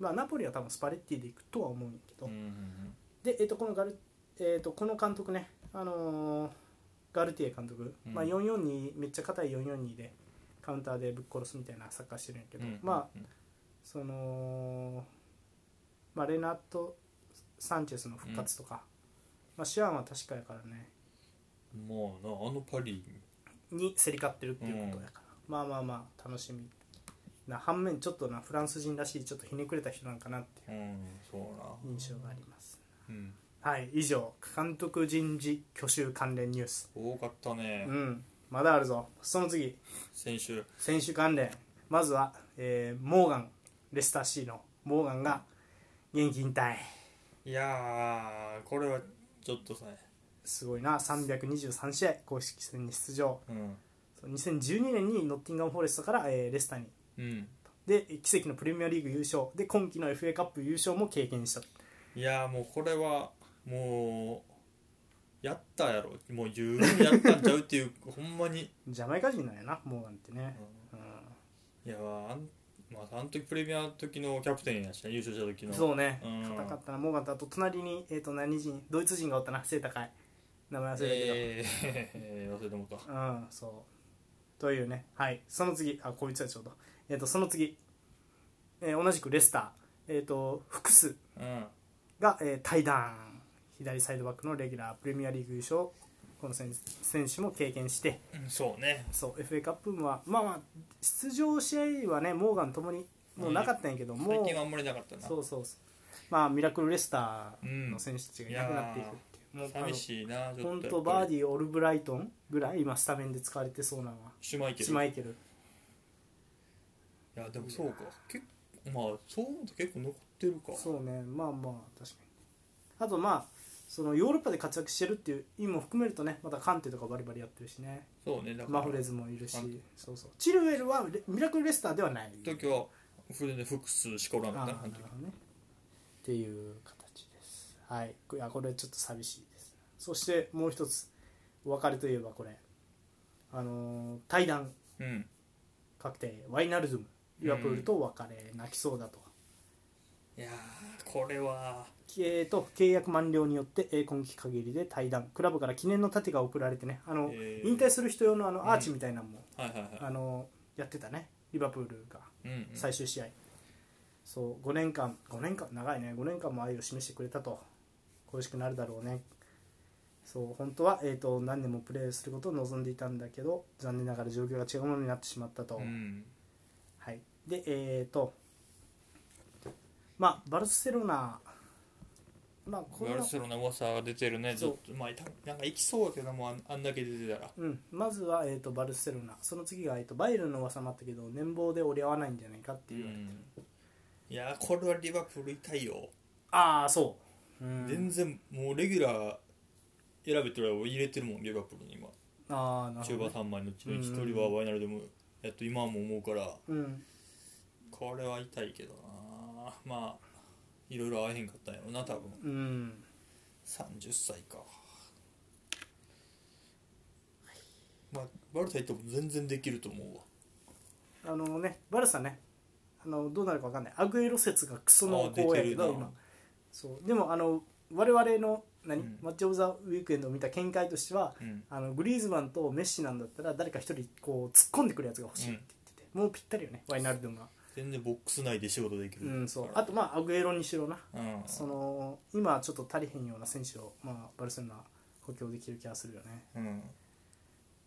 A: まあナポリは多分スパレッティで行くとは思うんやけど、
B: うんうん
A: で、えー、とこのガル、えー、とこの監督ねあのーガルティエ監督、
B: うん
A: まあ、442めっちゃ硬い442でカウンターでぶっ殺すみたいなサッカーしてるんやけ
B: う
A: ど、
B: んうん
A: まあその、まあ、レナート・サンチェスの復活とか、まあ、シアンは確かやからね
B: もうなあのパリ
A: に競り勝ってるっていうことやから、まあまあまあ楽しみな反面ちょっとなフランス人らしいちょっとひねくれた人なんかなって
B: うんそう
A: いう印象があります
B: なうん
A: はい以上監督人事去就関連ニュース
B: 多かったね、
A: うんまだあるぞその次
B: 先週
A: 選手関連まずは、えーモーガンレスター C のモーガンが現役引退
B: いやーこれはちょっとさ
A: すごいな323試合公式戦に出場
B: うん
A: そう2012年にノッティンガム・フォレストから、えーレスターに
B: うん
A: で奇跡のプレミアリーグ優勝で今季の FA カップ優勝も経験した
B: いやーもうこれはもうやったやろもう十分やったんちゃうっていうほんまに、
A: ジャマイカ人なんやなモーガンってね、うん
B: いやーあんまああの時プレミアの時のキャプテンやしね優勝した時の
A: そうね
B: うん
A: 硬かったなモーガンとあと隣に、えー、と何人ドイツ人がおったな背高い名前忘れたけど、
B: えー 忘れてもうた
A: うんそうというねはいその次あこいつはちょうど、えー、とその次、えー同じくレスター、えー、とフクス
B: うん
A: が、えー、対談左サイドバックのレギュラープレミアリーグ優勝をこの選選手も経験して
B: うんそうね
A: そう FA カップはまあまあ出場試合はねモーガンともにもうなかったんやけど、も
B: 最
A: う
B: 近はあんまりなかったな
A: そうそうそうまあミラクルレスターの選手たちがいなくなっていくっていう、もう
B: 寂しいなちょっと
A: 本当バーデ
B: ィ
A: ィーオルブライトンぐらい今スタメンで使われてそうなのは
B: シュマイケル
A: シュマイケル
B: いやでもそうか結構まあそう思うと結構残ってるか
A: そうねまあまあ確かにあとまあそのヨーロッパで活躍してるっていう意味も含めるとねまたカンテとかバリバリやってるしね
B: そうねだから
A: マフレズもいるし
B: カンテ
A: そうそうチルウェルはレミラクルレスターではない
B: 時はフレで複数しこら
A: あ
B: ん
A: ー
B: か
A: な
B: った
A: る
B: なあ
A: ほ
B: の
A: ど
B: 時
A: ねっていう形ですはいいやこれちょっと寂しいですそしてもう一つお別れといえばこれあのー、対談
B: うん
A: 確定ワイナルドゥムリバプールとお別れ、泣きそうだと
B: いやーこれは
A: えーと契約満了によってえー今期限りで退団クラブから記念の盾が送られてねあの、
B: えー
A: 引退する人用のあ
B: うん
A: のアーチみたいなのも、
B: はいはい
A: あ
B: は
A: のやってたねリバプールが
B: いうんうん
A: 最終試合、そう5年間5年間長いね5年間も愛を示してくれたと恋しくなるだろうねそう本当は、えー、と何年もプレーすることを望んでいたんだけど残念ながら状況が違うものになってしまったと、
B: うん
A: はい、でえっ、とまあバルセロナまあこれ
B: バル
A: は
B: セロナ噂が出てるねず
A: そ
B: っ
A: う
B: とまあたなんか行きそうやけどもあんあんだけ出てたら
A: うん、まずは、えー、とバルセロナその次が、えー、とバイエルンの噂もあったけど年俸で折り合わないんじゃないかって
B: う
A: いう、
B: んいやーこれはリバプール痛いよ
A: ああそう、うん、
B: 全然もうレギュラー選べてるやろ入れてるもんリバプールに今
A: ああな
B: 中
A: るほ
B: 盤
A: ど、
B: 3枚のうちの1人はワイナルドもやっと今はもう思うから
A: うん、
B: これは痛いけどなまあいろいろ会えへんかったんやろな多分
A: うん、
B: 30歳かまあバルサ行っても全然できると思うわ
A: あのねバルサねあのどうなるか分かんないアグエロ説がクソ濃厚やけど
B: あー出てるな
A: 今そうでもあの我々の何、
B: うん
A: マッチ・オブ・ザ・ウィークエンドを見た見解としては、
B: うん
A: あのグリーズマンとメッシなんだったら誰か一人こう突っ込んでくるやつが欲しいって言ってて、もうぴったりよねワイナルドゥンが
B: 全然ボックス内で仕事でき
A: う
B: る
A: んそうあとまあアグエロにしろな
B: うん
A: その今ちょっと足りへんような選手を、まあ、バルセロナは補強できる気がするよね
B: うん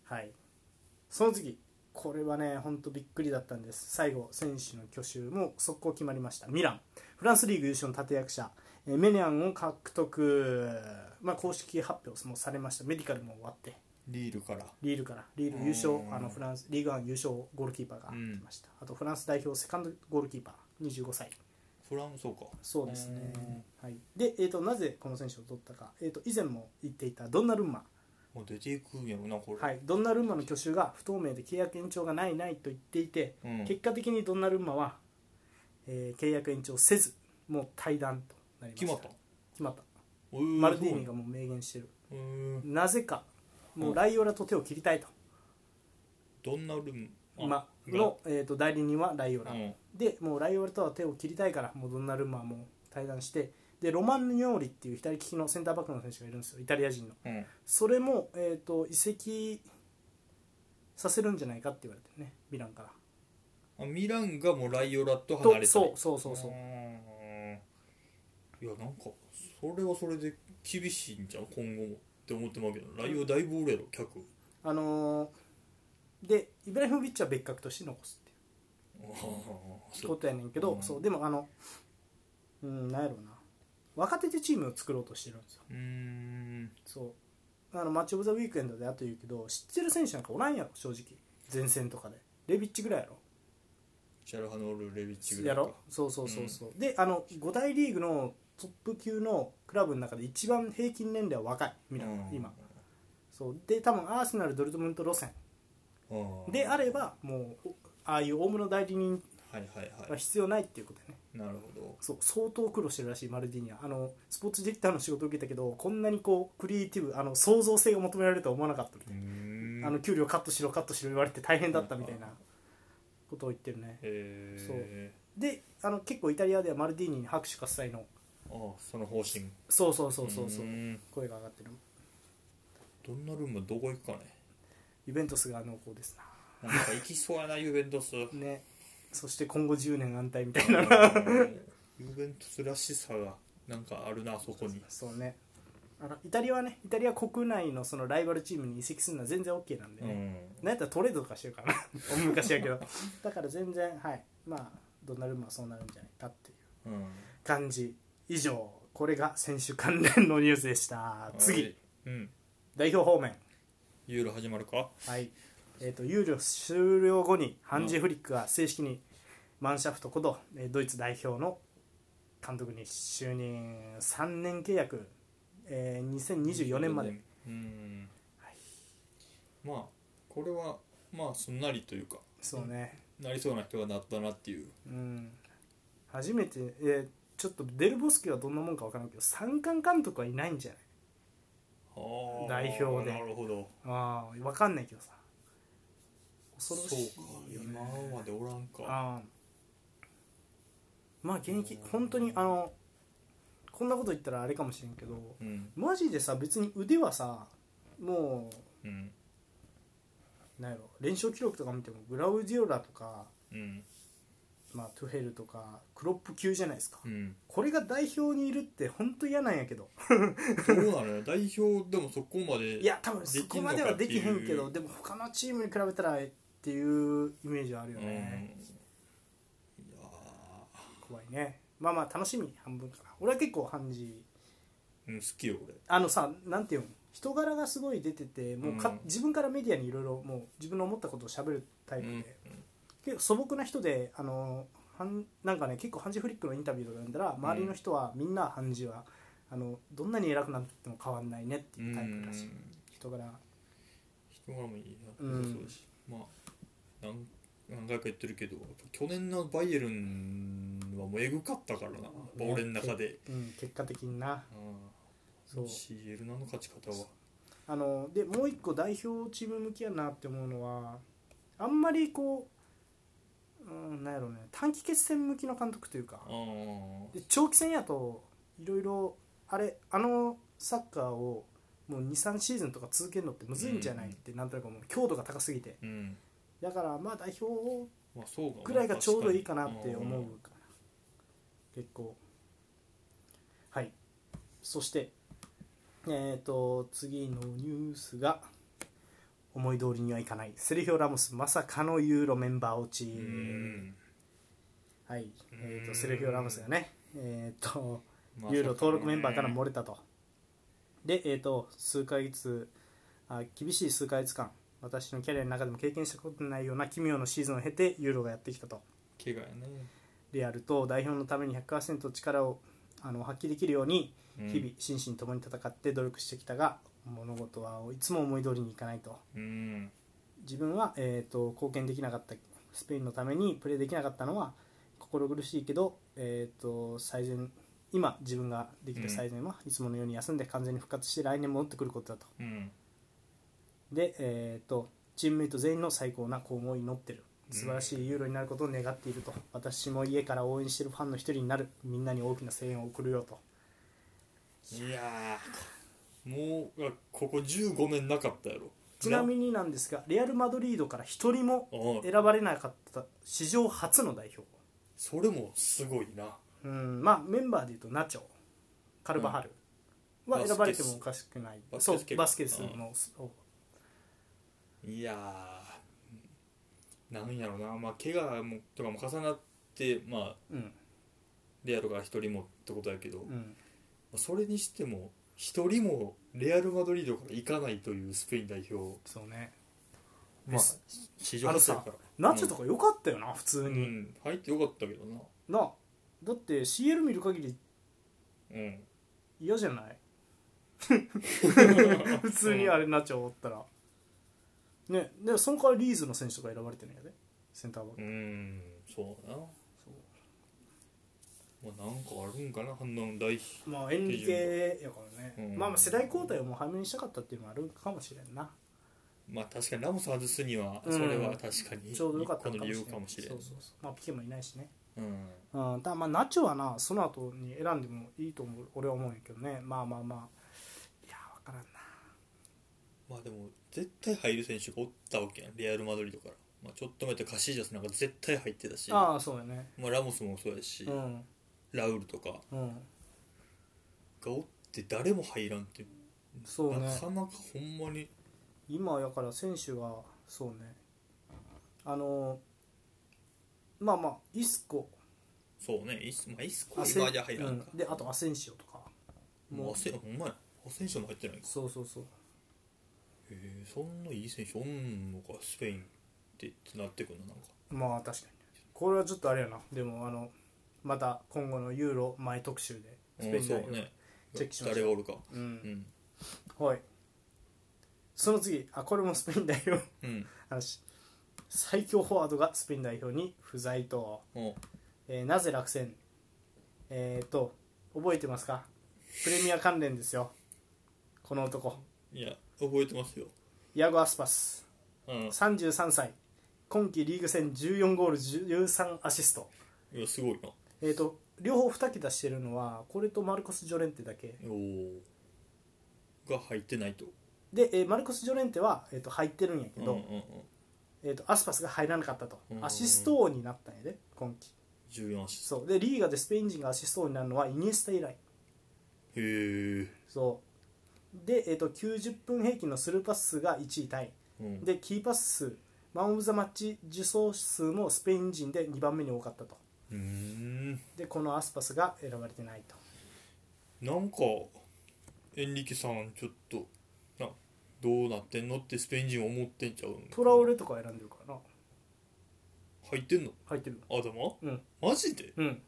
A: はいその次これはね本当びっくりだったんです最後選手の去就も速攻決まりましたミランフランスリーグ優勝の立役者えーメニャンを獲得、まあ、公式発表もされましたメディカルも終わって
B: リールから
A: リールからリール優
B: う
A: 勝
B: ん
A: あのフランスリーグワン優勝ゴールキーパーが来ました、あとフランス代表セカンドゴールキーパー25歳
B: フランスそうか
A: そうですね、はい、で、えー、となぜこの選手を取ったか、えー、と以前も言っていたドンナルンマ、
B: もう出ていくんやろなこれ、
A: はい、ドンナルンマの去就が不透明で契約延長がないないと言っていて、
B: うん
A: 結果的にドンナルンマは、えー契約延長せずもう退団となりました
B: 決まった
A: 決まった
B: うーん
A: マルティーニがもう明言してる
B: うーん
A: なぜかも
B: うん
A: うライオラと手を切りたいと、
B: どんなルーム
A: まあの、えー、と代理人はライオ
B: う
A: ラ、
B: ん
A: でもうライオラとは手を切りたいからもうドンナルンマはもう退団してでロマン・ニョーリっていう左利きのセンターバックの選手がいるんですよイタリア人の。
B: うん
A: それも、えー、と移籍させるんじゃないかって言われてるねミランから
B: あミランがもうライオラと離
A: と
B: れた
A: そうそうそうそう
B: ーんいやなんかそれはそれで厳しいんじゃん今後もって思ってまうけどライオンだいぶおるやろ客
A: あのーでイブラヒモビッチは別格として残すっていう
B: ああそ
A: こ
B: う
A: とやねんけど、
B: うん
A: そうでもあのうんなんやろうな若手でチームを作ろうとしてるんですよ
B: うーん
A: そうあのマッチ・オブ・ザ・ウィークエンドであと言うけど知ってる選手なんかおらんやろ正直前線とかでレビッチぐらいやろ
B: チャルハノール・レビッチぐら
A: や
B: いか
A: ろそうそうそうそう、であの5大リーグのトップ級のクラブの中で一番平均年齢は若いみたいな、
B: うん
A: 今そうで多分アーセナルドルトムント路線
B: ああ
A: であればもうおああいう大物代理人
B: はいはいは
A: は必要ないっていうことだね
B: いなるほど
A: そう相当苦労してるらしいマルディーニはあのスポーツディレクターの仕事を受けたけどこんなにこうクリエイティブあの創造性が求められるとは思わなかったみた
B: う
A: い
B: ーん
A: な、あの給料カットしろカットしろ言われて大変だったみたいなことを言ってるね
B: へえ
A: であの結構イタリアではマルディーニに拍手喝采の
B: ああその方針
A: そうそうそうそうそう
B: ーん
A: 声が上がってる
B: どんなルームどこ行くかね
A: ユベントスが濃厚です
B: なんか行きそうやなユベント ス
A: なねそして今後10年安泰みたいな
B: ユベントスらしさがなんかあるなあそこに
A: そうねあのイタリアはねイタリア国内のそのライバルチームに移籍するのは全然 OK なんで
B: う
A: ね、
B: ん
A: なんやったらトレードとかしてるからな 大昔やけどだから全然はいまあドナルンマはそうなるんじゃないかっていう
B: うん
A: 感じ以上これが選手関連のニュースでした
B: は
A: 次
B: いうん
A: 代表方面
B: ユーロ始まるか
A: はいえっ、と有料終了後にハンジ・フリックが正式にマンシャフトことえードイツ代表の監督に就任3年契約、えー、2024年まで
B: うん
A: はい
B: まあこれはまあすんなりというか
A: そうね、
B: なりそうな人がなったなっていう
A: うん、初めて、えーちょっとデルボスキはどんなもんか分からんけど三冠監督はいないんじゃない代表で
B: なるほど
A: ああ分かんないけどさ
B: そう
A: 恐ろ
B: か
A: しいよね
B: 今までおらんか
A: ああまあ現役本当にあのこんなこと言ったらあれかもしれんけど
B: うん
A: マジでさ別に腕はさも
B: うん
A: うなんやろ連勝記録とか見てもグラウディオラとか、
B: うん
A: まあ、トゥヘルとかクロップ級じゃないですか、
B: うん
A: これが代表にいるって本当嫌なんやけど
B: どうなのよ代表でもそこまで
A: いや多分そこまではできへんけどで
B: で
A: も他のチームに比べたらっていうイメージはあるよ
B: きんのかっていう
A: ね、
B: うんいや
A: 怖いねまあまあ楽しみ半分かな俺は結構ハンジ
B: ーうん好きよ俺
A: あのさなんていうの人柄がすごい出ててもうか、
B: うん
A: 自分からメディアにいろいろもう自分の思ったことをしゃべるタイプで、
B: うん
A: 結構素朴な人であのはんなんかね結構ハンジフリックのインタビューとか読んだら周りの人はみんなハンジはあのどんなに偉くなっても変わんないねっていうタイプらしい、
B: うん
A: 人柄
B: 人柄もいいな、
A: うん
B: そうだしまあなん何回か言ってるけどやっぱ去年のバイエルンはもうえぐかったからな、俺の中で、
A: うん、結果的にな
B: う
A: そ
B: ん、
A: う
B: CL なの勝ち方は
A: あのでもう一個代表チーム向きやなって思うのはあんまりこう、うん、なんやろうね短期決戦向きの監督というか
B: ああ
A: で長期戦やといろいろあれあのサッカーをもう23シーズンとか続けるのってむずいんじゃないってなんとなく思う強度が高すぎて
B: うん
A: だからまあ代表
B: まあそうかも
A: ぐらいがちょうどいいかなって思うから結構はいそしてえっ、と次のニュースが思い通りにはいかないセルヒオ・ラモスまさかのユーロメンバー落ち
B: うんうん
A: はい、えー、
B: う
A: と
B: ん
A: セルヒオ・ラモスがねえっ、と
B: まあ
A: ユーロ登録メンバーから
B: そう
A: 漏れたと。で、えー、と数ヶ月あ、厳しい数ヶ月間、私のキャリアの中でも経験したことのないような奇妙なシーズンを経て、ユーロがやってきたと。
B: ね怪我やね
A: レアルと代表のために100%力をあの発揮できるように、
B: うん
A: 日々、心身ともに戦って努力してきたが、物事はいつも思い通りにいかないと。
B: うん
A: 自分は、えー、と貢献できなかったスペインのためにプレーできなかったのは心苦しいけど、えー、と最善今自分ができた最善はいつものように休んで完全に復活して来年戻ってくることだと
B: うん
A: で、えー、とチームメイト全員の最高な幸運を祈ってる素晴らしいユーロになることを願っていると私も家から応援してるファンの一人になるみんなに大きな声援を送るよと
B: いやーもうあここ15年なかったやろ
A: ちなみになんですがレアル・マドリードから一人も
B: ああ
A: 選ばれなかった史上初の代表
B: それもすごいな
A: うんまあメンバーでいうとナチョカルバハルは選ばれても
B: バスケス
A: おかしくない
B: バスケス
A: そう
B: 系か
A: バスケスのそう
B: いやーなんやろな、まあ、怪我もとかも重なって、まあ、
A: うん
B: レアルが一人もってことやけど、ま
A: うん
B: あそれにしても一人もレアル・マドリードから行かないというスペイン代表、
A: そうね
B: まあ
A: す、
B: 史上初やから
A: ナチョとか良かったよな普通
B: う
A: に
B: ん、入ってよかったけどな、
A: なだって CL 見る限り
B: うん、
A: 嫌じゃない 普通にあれナチョおったらねでその代わりリーズの選手とか選ばれてるんやでセンターバック
B: うんそうだなまあ、なんかあるんかな反応大
A: まあ演技系やからね、
B: うん
A: まあまあ世代交代をもう早めにしたかったっていうのもあるかもしれんな、
B: まあ確かにラモス外すには
A: うん
B: それは確かに
A: ちょうどよかった
B: 一
A: のか
B: 個の
A: もし
B: 理
A: れ
B: 由
A: ん
B: かもしれん
A: そうそうそうまあピケもいないしね
B: うん
A: うんただまあナチョはなその後に選んでもいいと思う俺は思うんやけどねまあまあまあいや分からんな
B: まあでも絶対入る選手がおったわけやんレアル・マドリードから、まあ、ちょっと前ってカシージャスなんか絶対入ってたし
A: ああそうやね
B: まあ、ラモスもそうやし、
A: うん
B: ラウルとか
A: うん
B: がおって誰も入らんって
A: そうね
B: なかなかほんまに
A: 今やから選手がそうねあのまあまあイスコ
B: そうねイス,、まあ、イスコ
A: ア
B: は
A: セン
B: 今じゃ入らんか、
A: うんであとアセンシオとか
B: もうアセほんまやアセンションも入ってないんか
A: そうそうそう
B: へえそんないい選手おんのかスペインってってなってくるのなんか
A: まあ確かにこれはちょっとあれやなでもあのまた今後のユーロ前特集でスペイン代
B: うんそう
A: 表
B: ね
A: チェックしましょう
B: 誰がおるか
A: う
B: うんん
A: はいその次あこれもスペイン代表
B: うん
A: 話最強フォワードがスペイン代表に不在と、
B: お
A: えーなぜ落選えっ、と覚えてますかプレミア関連ですよこの男
B: いや覚えてますよ
A: ヤゴ・アスパス
B: うん
A: 33歳今季リーグ戦14ゴール13アシスト
B: いやすごいな
A: えー、と両方2桁してるのはこれとマルコス・ジョレンテだけ
B: おおが入ってないと
A: で、えーマルコス・ジョレンテは、えー、と入ってるんやけど、
B: うんうんうん
A: えー、とアスパスが入らなかったと
B: うん
A: アシスト王になったんやで今季
B: 14アシス
A: そうでリーガでスペイン人がアシスト王になるのはイニエスタ以来
B: トへえ
A: そうで、えー、と90分平均のスルーパス数が1位タイ
B: うん
A: でキーパス数マン・オブ・ザ・マッチ受賞数もスペイン人で2番目に多かったと
B: うーん
A: でこのアスパスが選ばれてないと
B: なんかエンリケさんちょっとなどうなってんのってスペイン人思ってんちゃうん
A: トラオレとか選んでるからな
B: 入ってんの
A: 入ってる
B: アダマ
A: うん
B: マジで
A: うん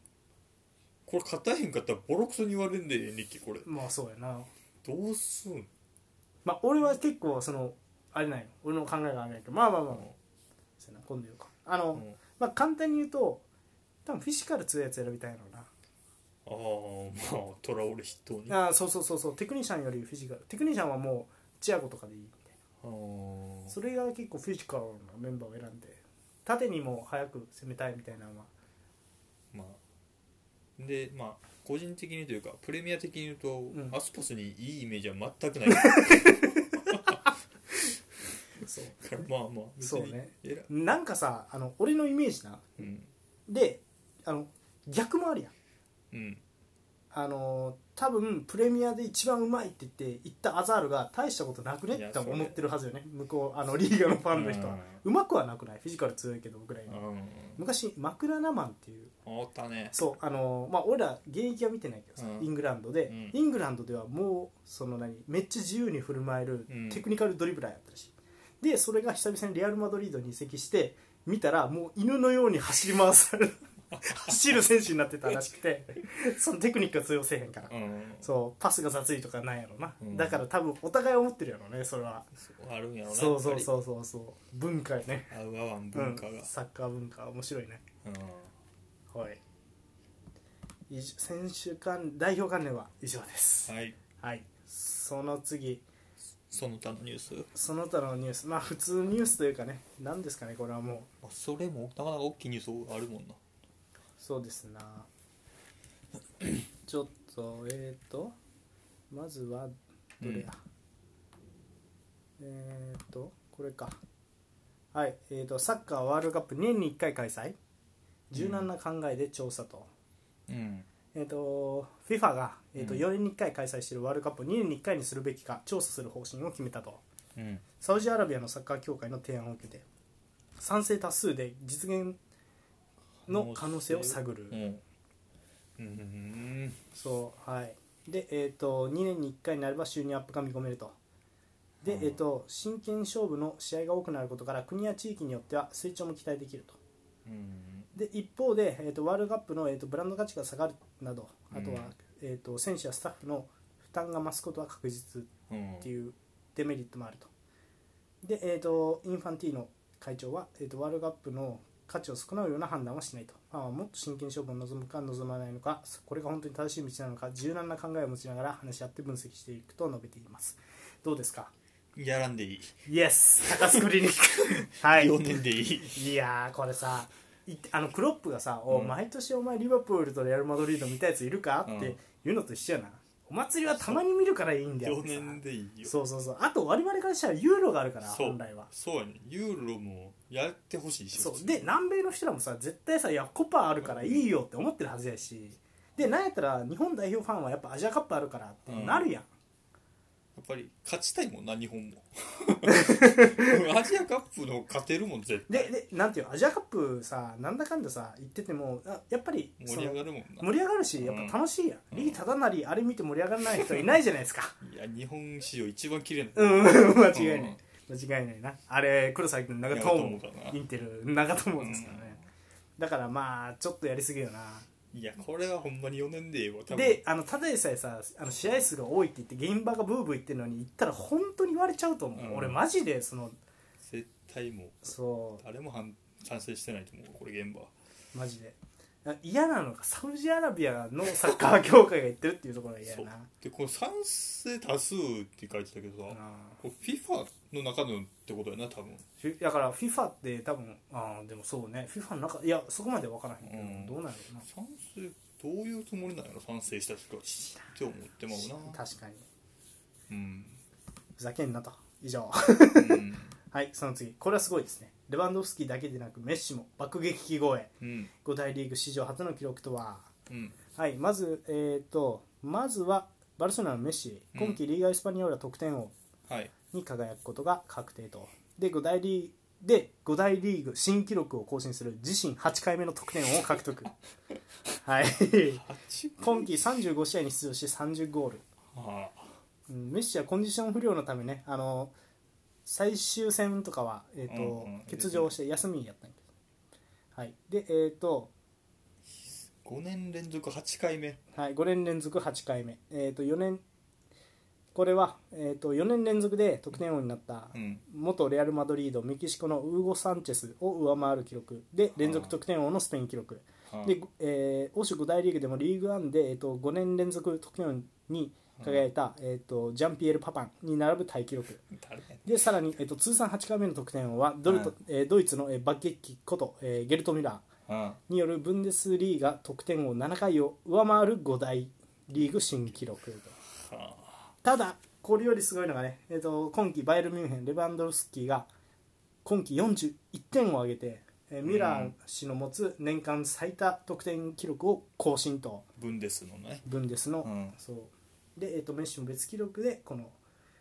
B: これ勝たへんかったらボロクソに言われんでエンリケこれ
A: まあそうやな
B: どうすん
A: まあ、俺は結構そのあれない俺の考えがあれないけどまあまあまあ、
B: うん
A: そうやな今度言うかあの、
B: うん
A: まあ簡単に言うと多分フィジカル強いやつ選びたいのか
B: ああまあトラオレ筆頭に
A: な、ああそうそうそうそうテクニシャンよりフィジカルテクニシャンはもうチアゴとかでいいみたい
B: あー
A: なそれが結構フィジカルのメンバーを選んで縦にも早く攻めたいみたいなのは
B: まあ、でまあ個人的にというかプレミア的に言うと、
A: ん
B: アスパスにいいイメージは全くな いだ
A: そう
B: からまあまあ別
A: そう
B: に
A: ね
B: えら
A: なんかさあの俺のイメージな
B: うん
A: であの逆もあるやん
B: うん
A: あの多分プレミアで一番うまいって言って言ったアザールが大したことなくね
B: いや
A: って
B: そ
A: 思
B: れ
A: ってるはずよね向こうあのリーガのファンの人はうまくはなくないフィジカル強いけど僕らより
B: うん
A: 昔マクラナマンっていう
B: あったね
A: そうあのまあ俺ら現役は見てないけどさ、
B: うん
A: イングランドで、
B: うん
A: イングランドではもうその何めっちゃ自由に振る舞える
B: うん
A: テクニカルドリブラーやったらしい、でそれが久々にレアル・マドリードに移籍して見たらもう犬のように走り回さ れる走る選手になってたらしくてそのテクニックが通用せえへんから
B: うん
A: そうパスが雑いとかないやろな、
B: うん
A: だから多分お互い思ってるやろねそれは
B: そうあるんやろな
A: そうそう
B: う
A: そうそうそう文化やね
B: 合う合わん文化
A: う
B: が
A: ん、サッカー文化面白いね
B: うん
A: はい以上選手間代表関連は以上です
B: はい
A: はいその次
B: その他のニュース、
A: その他のニュースまあ普通ニュースというかね何ですかねこれはもう
B: まあ、それもなかなか大きいニュースあるもんな
A: そうですな ちょっとえっ、ー、とまずはどれや、えっ、ー、とこれかはいえー、とサッカーワールドカップ年に1回開催柔軟な考えで調査と、
B: うん
A: えー、と FIFA が、えーと
B: うん
A: 4年に1回開催しているワールドカップを2年に1回にするべきか調査する方針を決めたと
B: うん
A: サウジアラビアのサッカー協会の提案を受けて賛成多数で実現の可能性を探る、
B: うんうん
A: そうはいで、えー、と2年に1回になれば収入アップが見込めるとで、
B: うん
A: えー、と真剣勝負の試合が多くなることから国や地域によっては成長も期待できると
B: うん
A: で一方で、えー、とワールドカップの、えー、とブランド価値が下がるなどあとは、
B: うん
A: えー、と選手やスタッフの負担が増すことは確実
B: うん
A: っていうデメリットもあるとで、えー、とインファンティーノ会長は、えー、とワールドカップの価値を損なうような判断はしないと、まあ、もっと真剣勝負を望むか望まないのかこれが本当に正しい道なのか柔軟な考えを持ちながら話し合って分析していくと述べていますどうですか
B: やらんでいい、
A: イエス高須クリニッ クはい
B: 4年でいい
A: い やーこれさいあのクロップがさ「お
B: うん
A: 毎年お前リバプールとレアル・マドリード見たやついるか?」って言うのと一緒やなお祭りはたまに見るからいいんだよ
B: 4年でいいよ
A: そうそうそうあと我々からしたらユーロがあるから
B: そう
A: 本来は
B: そうやねユーロもやってほしいし
A: そうで南米の人らもさ絶対さいやコパあるからいいよって思ってるはずやしでなんやったら日本代表ファンはやっぱアジアカップあるからってなるやん、
B: やっぱり勝ちたいもんな日 本もアジアカップの勝てるもん絶対
A: ででなんていうのアジアカップさなんだかんださ行っててもあやっぱりそ
B: 盛
A: の
B: り上がるもん
A: 盛り上がるしやっぱ楽しいやん、リー・タダなりあれ見て盛り上がらない人いないじゃないですか
B: ないや日本史上一番綺麗な
A: うん間違いない間違いないなあれ黒崎君長友
B: 長友かな
A: インテル長友ですからね、だからまあちょっとやりすぎよない
B: やこれはほんまに4年でええわ多分
A: であのただでさえさあの試合数が多いって言って現場がブーブー言ってるのに行ったら本当に言われちゃうと思う、
B: うん
A: 俺マジでその
B: 絶対もう
A: そ
B: 誰も反賛成してないと思うこれ現場
A: うマジであ嫌なのがサウジアラビアのサッカー協会が言ってるっていうところが嫌や
B: そう
A: な
B: でこの賛成多数って書いてたけどさ、
A: うん
B: これ FIFA の中のってことやな多分
A: フィだから FIFA って多分あーでもそうね FIFA の中いやそこまで分からへんけど、
B: うん
A: どうなんやろうな
B: 賛成どういうつもりなんやろ賛成した人たちって思ってまうな
A: 確かに
B: うん、
A: ふざけんなと以上
B: うん
A: はいその次これはすごいですねレバンドフスキだけでなくメッシも爆撃機超え
B: うん
A: 5大リーグ史上初の記録とは
B: うん
A: はいまずえっ、とまずはバルセロナのメッシ
B: うん
A: 今季リーガ・エスパニョーラ得点王
B: はい
A: に輝くことが確定とで5大リーで5大リーグ新記録を更新する自身8回目の得点王を獲 得はい
B: 8
A: 今季35試合に出場して30ゴール、
B: あ
A: うんメッシはコンディション不良のためねあの最終戦とかは、えーと
B: うんうん
A: 欠場して休みやったんやけど、はい、で、えーと
B: 5年連続8回目
A: はい、5年連続8回目、えー、と4年これは、えー、と4年連続で得点王になった
B: うん
A: 元レアル・マドリードメキシコのウーゴ・サンチェスを上回る記録で連続得点王のスペイン記録、
B: はあ
A: で、えー、欧州5大リーグでもリーグワンで、えー、と5年連続得点王に輝いた、えー、とジャンピエール・パパンに並ぶ大記録
B: 誰やね
A: でさらに、えー、と通算8回目の得点王はドルト、
B: うん
A: えードイツの、えーバッゲッキこと、えーゲルト・ミラー
B: あ
A: によるブンデスリーガ得点王7回を上回る5大リーグ新記録と
B: あは
A: ただこれよりすごいのがね、えー、と今季バイエルミュンヘンレバンドフスキーが今季41点を挙げて、えーミラー氏の持つ年間最多得点記録を更新と
B: ブンデスのね
A: ブンデスの、
B: うん
A: そうで、えー、とメッシも別記録でこの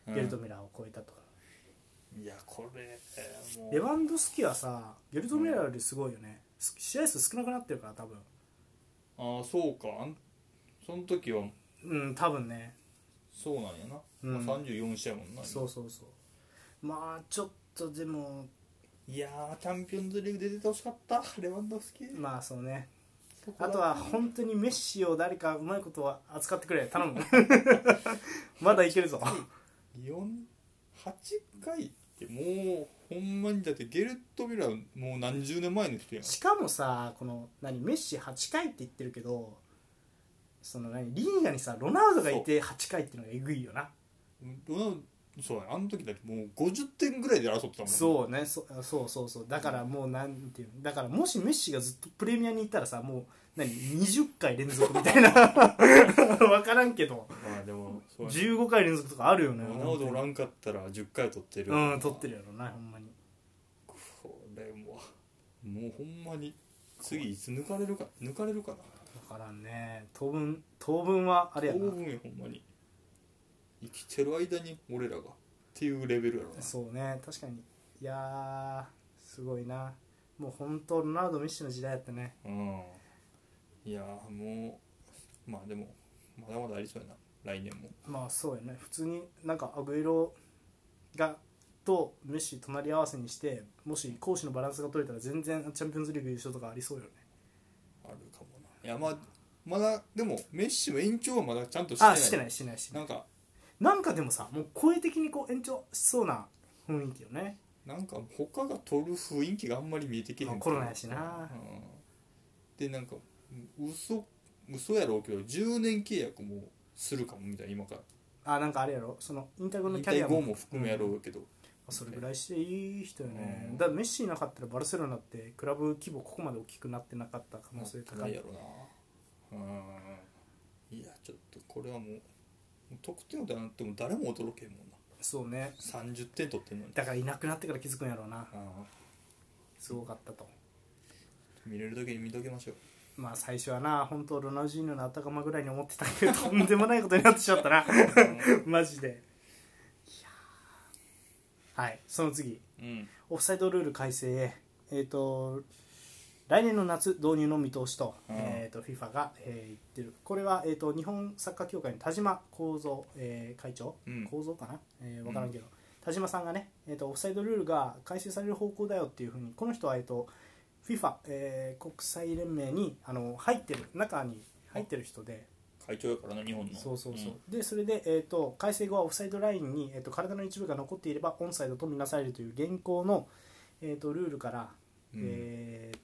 B: うん
A: ゲルト・ミラーを超えたと、
B: いやこれえーも
A: レ
B: う
A: バンドフスキーはさゲルト・ミラーよりすごいよね、す試合数少なくなってるから多分
B: ああそうかあんその時は
A: うん多分ね
B: そうなんやな、
A: うん
B: まあ、34試合やもんな
A: そうそうそうまあちょっとでも
B: いやーチャンピオンズリーグ出ててほしかったレバンドフスキー、
A: まあそうね
B: そこ
A: あ
B: だ
A: とは本当にメッシを誰かうまいことは扱ってくれ頼 むまだいけるぞ
B: 48回ってもうほんまにだってゲルト・ミラーもう何十年前の人やん
A: しかもさこの何メッシ8回って言ってるけどその何リーガにさロナウドがいて8回っていうのがえぐいよな
B: ロナウドそうやあの時だってもう50点ぐらいで争ってたもん
A: そうねそそうそうそうだからもうなんていうのだからもしメッシがずっとプレミアにいたらさもう何20回連続みた いな分からんけど
B: まあでもそうや
A: 15回連続とかあるよね
B: ロナウドおらんかったら10回取ってる
A: うん取ってるやろなほんまに
B: これはもうほんまに次いつ抜かれるか抜かれるか
A: からんね当分当分はあれや
B: 当
A: な
B: 分よほんまに生きてる間に俺らがっていうレベルやろな
A: そうね確かにいやーすごいなもう本当ロナウド・メッシの時代やったね
B: うんいやーもうまあでもまだまだありそうやな来年も
A: まあそうやね普通になんかアグエロがとメッシ隣り合わせにしてもし攻守のバランスが取れたら全然チャンピオンズリーグ優勝とかありそうよね
B: あるかもないやまあまだでもメッシも延長はまだちゃんとしてない
A: あしてないしてないしてない
B: なんか
A: なんかでもさもう声的にこう延長しそうな雰囲気よね
B: なんか他が取る雰囲気があんまり見えてけへん
A: まあコロナやしな
B: うんでなんか嘘嘘やろうけど10年契約もするかもみたいな今から
A: あなんかあれやろその引退後の
B: 引
A: キャリ
B: 退
A: ア
B: 後
A: も
B: も含めやろうけど、
A: それぐらいしていい人よね、
B: うん
A: だからメッシいなかったらバルセロナってクラブ規模ここまで大きくなってなかった可能性
B: な
A: 高
B: い
A: い
B: やろなうんいやちょっとこれはもう得点王だなっても誰も驚けんもんな
A: そうね
B: 30点取ってんのに
A: だからいなくなってから気づくんやろうな
B: あ
A: すごかったと
B: 見れる時に見とけましょう
A: まあ最初はな本当ロナウジーニョの頭まぐらいに思ってた けどとんでもないことになってしまったな マジでいやーはいその次
B: うん
A: オフサイドルール改正へえっ、と来年の夏導入の見通しと,、
B: うん
A: えー、と FIFA が、えー言ってるこれは、えー、と日本サッカー協会の田島幸三、えー会長、
B: うん
A: 構造かな、えー、分からんけど、田島さんがね、えー、とオフサイドルールが改正される方向だよっていうふうにこの人は、えー、と FIFA、えー国際連盟にあの入ってる中に入ってる人で、
B: 会長やからな日本の
A: そうそうそう、でそれで、えー、と改正後はオフサイドラインに、えー、と体の一部が残っていればオンサイドとみなされるという現行の、えー、とルールから、
B: うん
A: えー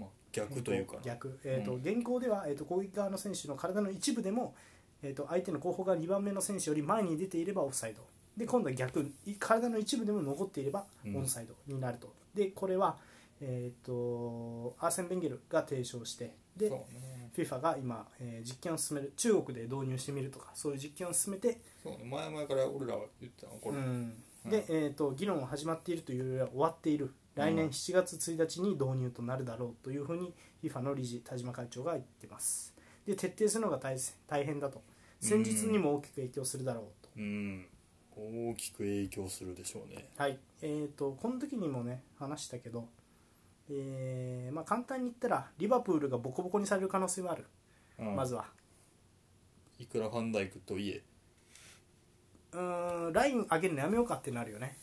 B: まあ、逆というかな
A: 逆、えーと
B: うん
A: 現行では、えー、と攻撃側の選手の体の一部でも、えー、と相手の後方が2番目の選手より前に出ていればオフサイドで今度は逆い体の一部でも残っていれば
B: うん
A: オンサイドになると、でこれは、えー、とアーセン・ベンゲルが提唱してで
B: そうね
A: FIFA が今、えー実験を進める中国で導入してみるとかそういう実験を進めて、
B: そうね前々から俺らは言ってたのこ
A: う
B: れ、
A: ん
B: うん
A: で、えー、と議論は始まっているというよりは終わっている来
B: う
A: 年
B: ん
A: 7月1日に導入となるだろうというふうに FIFA の理事田島会長が言ってますで徹底するのが大せ大変だと戦術にも大きく影響するだろうと、
B: うん、大きく影響するでしょうね
A: はいえー、とこの時にもね話したけど、えーまあ、簡単に言ったらリバプールがボコボコにされる可能性はある、
B: うん
A: まずはい
B: くらファンダイクといえ
A: うーんライン上げるのやめようかってなるよね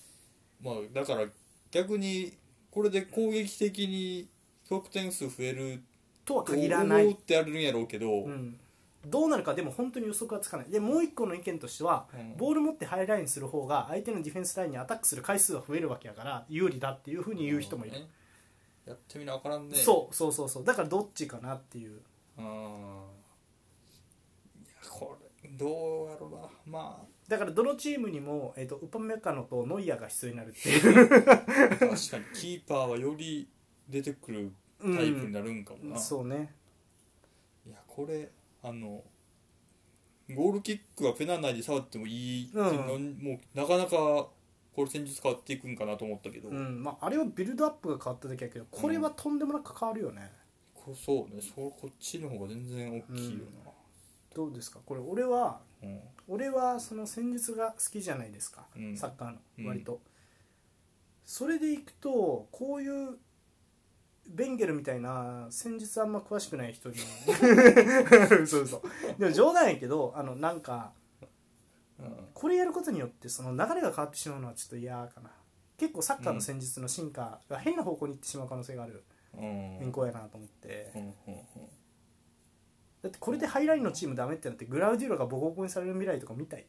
B: まあだから逆にこれで攻撃的に得点数増える
A: とは
B: と
A: 限らない
B: 思ってやるんやろうけど、
A: うん、どうなるかでも本当に予測はつかないでもう一個の意見としては、
B: うん
A: ボール持ってハイラインする方が相手のディフェンスラインにアタックする回数が増えるわけやから有利だっていうふうに言う人もいる、
B: ねやってみなあからんね
A: そうそうそうそうだからどっちかなっていう
B: うんいやこれどうやろうなまあ
A: だからどのチームにも、えー、とウパメカノとノイアーが必要になるっていう
B: 確かにキーパーはより出てくるタイプになるんかもな、
A: そうね
B: いやこれあのゴールキックはペナ内で触ってもいいっていうの、
A: う
B: もうなかなかこれ戦術変わっていくんかなと思ったけど、
A: うんまあ、あれはビルドアップが変わっただけやけどこれはとんでもなく変わるよね、
B: こそうねそこっちの方が全然大きいよ
A: どうですかこれ俺は
B: な、うん
A: 俺はその戦術が好きじゃないですか、
B: うん
A: サッカー
B: うん
A: の割と、それでいくとこういうベンゲルみたいな戦術あんま詳しくない人に 嘘嘘でも冗談やけどあのなんか
B: うん
A: これやることによってその流れが変わってしまうのはちょっと嫌かな結構サッカーの戦術の進化が変な方向に行ってしまう可能性がある
B: うん
A: 変更やなと思って
B: うんうん
A: だってこれでハイラインのチームダメってなってグラウディーロがボコボコにされる未来とか見たい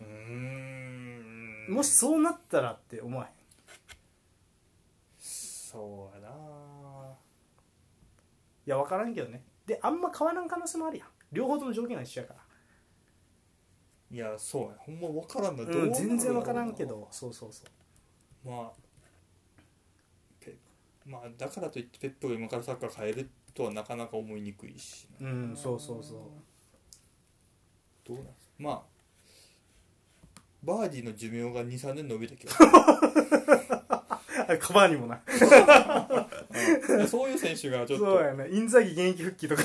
B: うんうーん
A: もしそうなったらって思わへん
B: そうやない
A: や分からんけどねであんま変わらん可能性もあるやん両方とも条件は一緒やから
B: いやそうやほんま分からんな、ど
A: うん
B: なるやろ
A: 全然
B: うな
A: 分からんけどそうそうそう
B: まあペまあだからといってペップが今からサッカー変えるとはなかなか思いにくいしな
A: うんそうそうそう
B: どうなんすかまあバーディの寿命が23年伸びたけど、
A: あカバーにもな
B: うんそういう選手がちょっと
A: そうやなインザギ現役復帰と か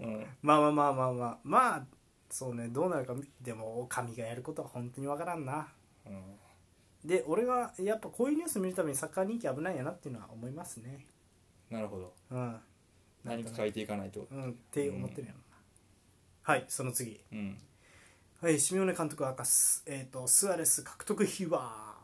B: うん
A: まあまあまあまあまあまあそうねどうなるかでも神がやることは本当にわからんな
B: うん
A: で俺はやっぱこういうニュース見るたびにサッカー人気危ないんやなっていうのは思いますね
B: なるほど
A: うん
B: 何か変えていかないと
A: うんって思ってるやろな、はいその次
B: うん
A: はい、シミオネ監督は明かす、えー、とスアレス獲得秘話、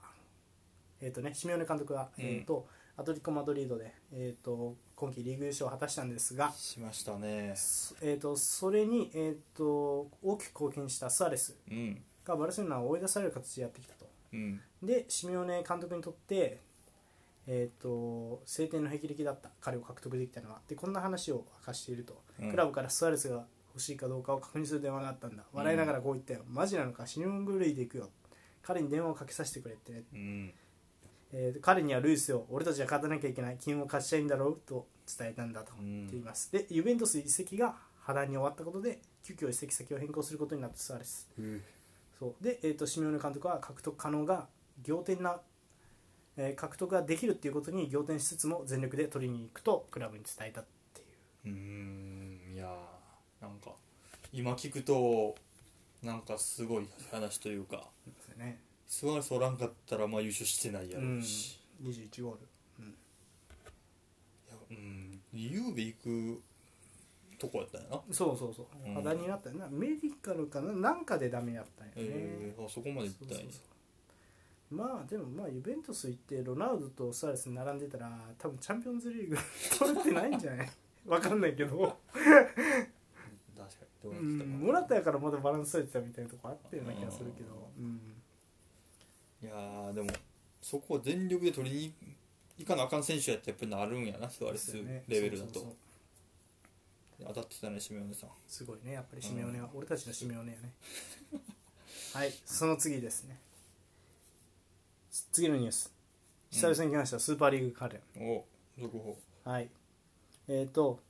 A: えーとね、シミオネ監督は、
B: うん
A: えーとアトリコ・マドリードで、えー、と今季リーグ優勝を果たしたんですが、
B: しましたね
A: そえー、とそれに、えー、と大きく貢献したスアレス
B: うん
A: がバルセロナを追い出される形でやってきたと
B: うん
A: でシミオネ監督にとって、えー、と晴天の霹靂だった彼を獲得できたのはでこんな話を明かしていると、
B: うん
A: クラブからスアレスが欲しいかどうかを確認する電話があったんだ笑いながらこう言ったよ、マジなのか死ぬ狂いで行くよ彼に電話をかけさせてくれってね、
B: うん
A: えー彼にはルイスを俺たちは勝たなきゃいけない金を貸したいんだろうと伝えたんだと
B: う
A: 言
B: ん
A: っています、でユベントス移籍が波乱に終わったことで急遽移籍先を変更することになったスアレス
B: うん
A: そうで、えー、とシミオネ監督は獲得可能が仰天な、えー獲得ができるっていうことに仰天しつつも全力で取りに行くとクラブに伝えたっていう
B: うーんいやーなんか今聞くとなんかすごい話というか
A: ですよね
B: スワレスおらんかったらまあ優勝してないやろうし、
A: 21ゴール
B: いやうんゆうべ行くとこやったんやな
A: そうそうそう
B: うん
A: 肌になったよなメディカルかななんかでダメやったんよね、
B: えー、あそこまで行
A: そう
B: っ
A: そう
B: たん
A: そ
B: や
A: うまあでもまあユベントス行ってロナウドとスアレス並んでたら多分チャンピオンズリーグ 取れてないんじゃない わかんないけど、
B: 確かにど
A: う
B: うなってたか
A: ん、モラタやからまだバランス取れてたみたいなとこあったような気がするけど、うん、
B: いやーでもそこを全力で取りに行かなあかん選手やってやっぱりなるんやなスワレス
A: そうですよね
B: レベルだと、
A: そうそうそう
B: 当たってたねシメオネさん
A: すごいねやっぱりシメオネは、俺たちのシメオネやね はいその次ですね次のニュース久々に来ました、スーパーリーグ関連
B: お続報
A: はいえっ、と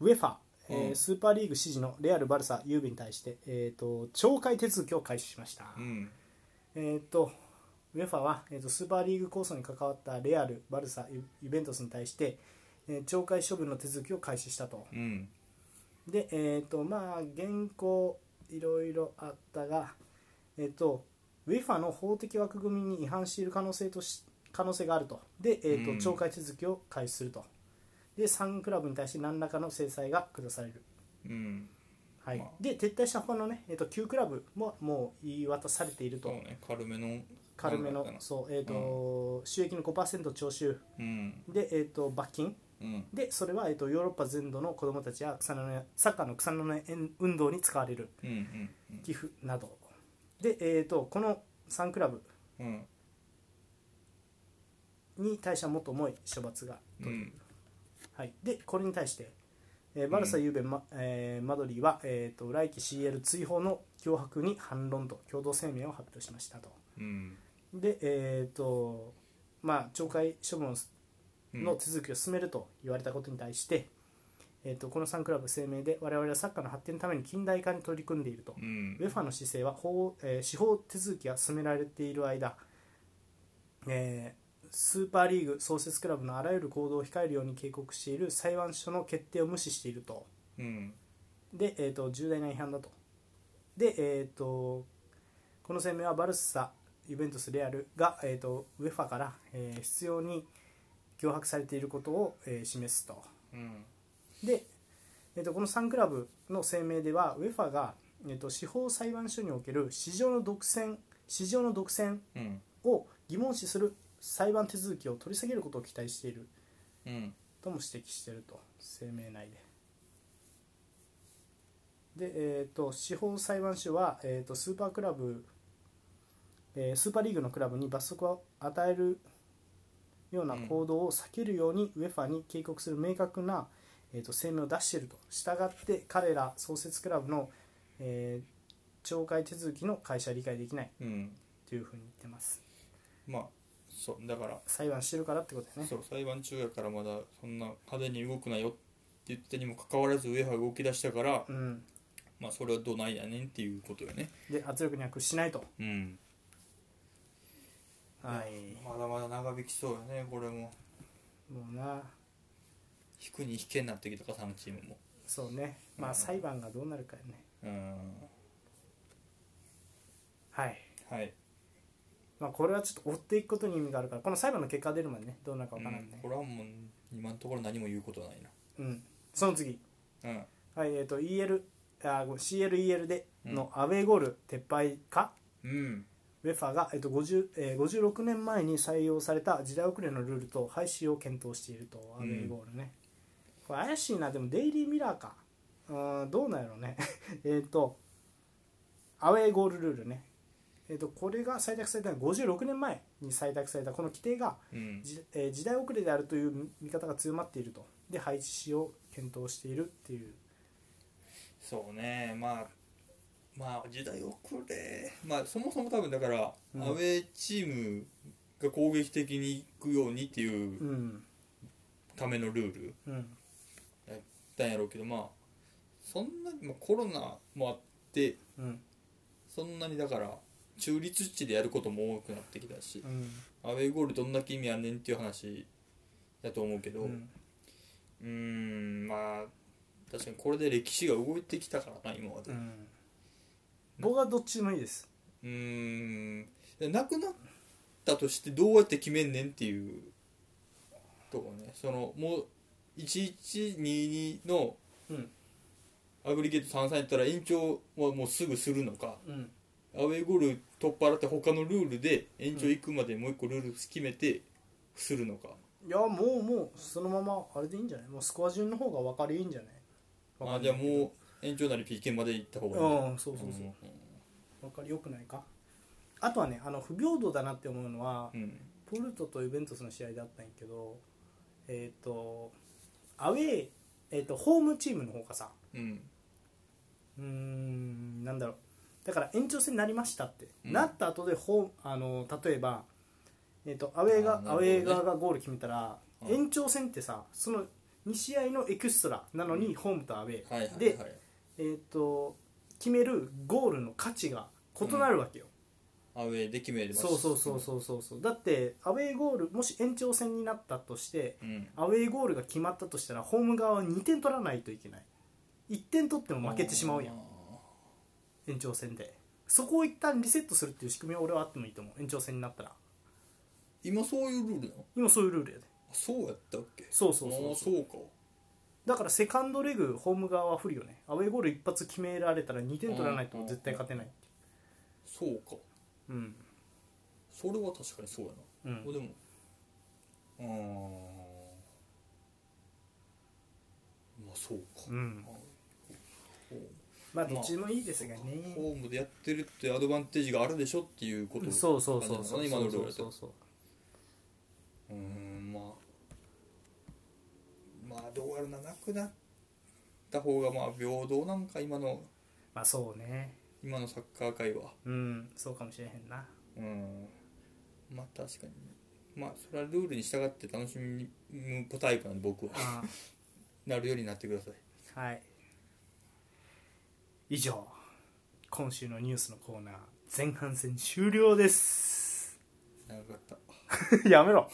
A: UEFA、えー
B: うん
A: スーパーリーグ支持のレアル・バルサ、ユーベに対して、えー、と懲戒手続きを開始しました、
B: うん
A: えっ、と UEFA は、えー、とスーパーリーグ構想に関わったレアル、バルサ、ユユベントスに対して、えー懲戒処分の手続きを開始したと、
B: うん
A: でえっ、とまあ原稿いろいろあったがえっ、と WIFA の法的枠組みに違反している可能性とし可能性があるとで、えーと
B: うん
A: 懲戒手続きを開始するとで3クラブに対して何らかの制裁が下される、
B: うん
A: はい
B: まあ
A: で撤退した他のね、えー、と9クラブももう言い渡されている
B: そう
A: と、
B: ね軽めの
A: 軽め
B: なん
A: の
B: だった
A: そう、えーと収益の5%徴収
B: なうん
A: で、えー、と罰金
B: うん
A: でそれは、えー、とヨーロッパ全土の子どもたちや草の根サッカーの草の根運動に使われる
B: うんうん
A: 寄付などで、えー、とこの3クラブ
B: うんうん
A: に対してはもっと重い処罰が、
B: うん
A: はい、でこれに対して、えーバルサ・
B: うん
A: ユーベ、まえーマドリーは、えー、と来季 CL 追放の脅迫に反論と共同声明を発表しましたと
B: うん
A: でえっ、とまあ懲戒処分をす
B: うん
A: の手続きを進めると言われたことに対して、えー、とこの3クラブ声明で我々はサッカーの発展のために近代化に取り組んでいると
B: う、ん
A: UEFA の姿勢は法、えー司法手続きが進められている間、えースーパーリーグ創設クラブのあらゆる行動を控えるように警告している裁判所の決定を無視していると
B: うん
A: で、えー、と重大な違反だとで、えー、とこの声明はバルサユベントスレアルが、えー、と UEFA から、えー必要に脅迫されていることを、えー示すと。
B: うん
A: で、えー、とこの3クラブの声明では UEFA が、えー、と司法裁判所における市場の独占市場の独占
B: うん
A: を疑問視する裁判手続きを取り下げることを期待している
B: うん
A: とも指摘していると声明内で。でえー、と司法裁判所は、えー、とスーパークラブ、えースーパーリーグのクラブに罰則を与えるような行動を避けるように UEFA に警告する明確な、えー、と声明を出しているとしたがって彼ら創設クラブの、えー懲戒手続きの会社は理解できない
B: うん
A: というふうに言ってます
B: まあそうだから
A: 裁判してるからってことだよね
B: そう裁判中やからまだそんな派手に動くなよって言ってにもかかわらず上は動き出したから
A: うん、
B: まあそれはどないやねんっていうことよね
A: で圧力には屈しないと、
B: うん
A: はい、
B: まだまだ長引きそうよねこれも
A: もうな
B: 引くに引けになってきたか3チームも
A: そうねま
B: う
A: あ
B: ん
A: 裁判がどうなるかやね
B: うん
A: はい、
B: はい、
A: まあ、これはちょっと追っていくことに意味があるからこの裁判の結果が出るまでねどうなるか
B: う
A: 分からん
B: ん
A: ね、
B: これはもう今のところ何も言うことない
A: うん、その次
B: なうん
A: はいえっ、と EL あごめん CLEL でのアウェーゴール撤廃か、
B: うん
A: ウェファが、えっと50えー56年前に採用された時代遅れのルールと廃止を検討していると、アウェーゴールね。これ怪しいな、でもデイリーミラーか。うーん、どうなんやろうね。 えっと、アウェーゴールルールね。えっと、これが採択されたのは56年前に採択されたこの規定が
B: うん
A: じ、えー時代遅れであるという見見方が強まっていると。で、廃止を検討しているっていう。
B: そうねまあまあ時代遅れまあそもそも多分だから、
A: うん、
B: アウェーチームが攻撃的に行くようにっていううんためのルール
A: うん、
B: なんやろうけどまあそんなに、まあ、コロナもあって
A: うん、
B: そんなにだから中立地でやることも多くなってきたし
A: うん、
B: アウェーゴールどんだけ意味あんねんっていう話だと思うけど
A: う
B: うん
A: ん、
B: ーんまあ確かにこれで歴史が動いてきたからな今まで
A: う。ん。僕はどっちでもいいです。
B: うーんなくなったとしてどうやって決めんねんっていうとこねそのもう1122の
A: うん
B: アグリゲート33やったら延長はもうすぐするのか
A: うん
B: アウェーゴール取っ払って他のルールで延長行くまでもう一個ルール決めてするのか、
A: いやもうもうそのままあれでいいんじゃないもうスコア順の方が分かりいいんじゃない
B: あじゃあもう延長なり PK まで行った方がいいね
A: うんそうそうそう、
B: う
A: 分かりよくないかあとはねあの不平等だなって思うのは、
B: んうん
A: ポルトとユベントスの試合だったんやけどえっ、とアウェー、えー、とホームチームの方がさ
B: うん
A: うーんなんだろうだから延長戦になりましたって、
B: うん
A: なった後でホーあの例えば、えー、とアウェーが
B: あーな
A: アウ
B: るほどね
A: ェー側がゴール決めたら、
B: うん
A: 延長戦ってさその2試合のエクストラなのに、
B: うん
A: ホームとアウェー、
B: はいはいはい
A: で、えー、と決めるゴールの価値が異なるわけよ、
B: アウェーで決めれます
A: そうそうそうそうそうそうだってアウェーゴールもし延長戦になったとして
B: うん
A: アウェーゴールが決まったとしたらホーム側は2点取らないといけない1点取っても負けてしまうやん
B: あ
A: 延長戦でそこを一旦リセットするっていう仕組みは俺はあってもいいと思う延長戦になったら
B: ー今そういうルールなの
A: 今そういうルールやで
B: あそうやったっけ
A: そうそうそう
B: あーそうか
A: だからセカンドレグホーム側は不利よねアウェーゴール一発決められたら2点取らないと絶対勝てないってい
B: そうか
A: ううん
B: それは確かにそうや
A: う
B: な、
A: ん
B: でもうーんまあそうか、
A: うん
B: あ
A: まあどっちでもいいですがね、
B: ホームでやってるってアドバンテージがあるでしょっていうこと
A: そうそうそうそう
B: 感じなの今のルールだ
A: そ
B: と
A: うそう
B: うーんまあまあどうやるななくなった方がまあ平等なんか今の
A: まあそうね
B: 今のサッカー界は
A: うんそうかもしれへんな
B: うんまあ確かにまあそれはルールに従って楽しみむタイプなんで僕は
A: あ
B: なるようになってください
A: あはい以上今週のニュースのコーナー前半戦終了です
B: 長かった
A: やめろ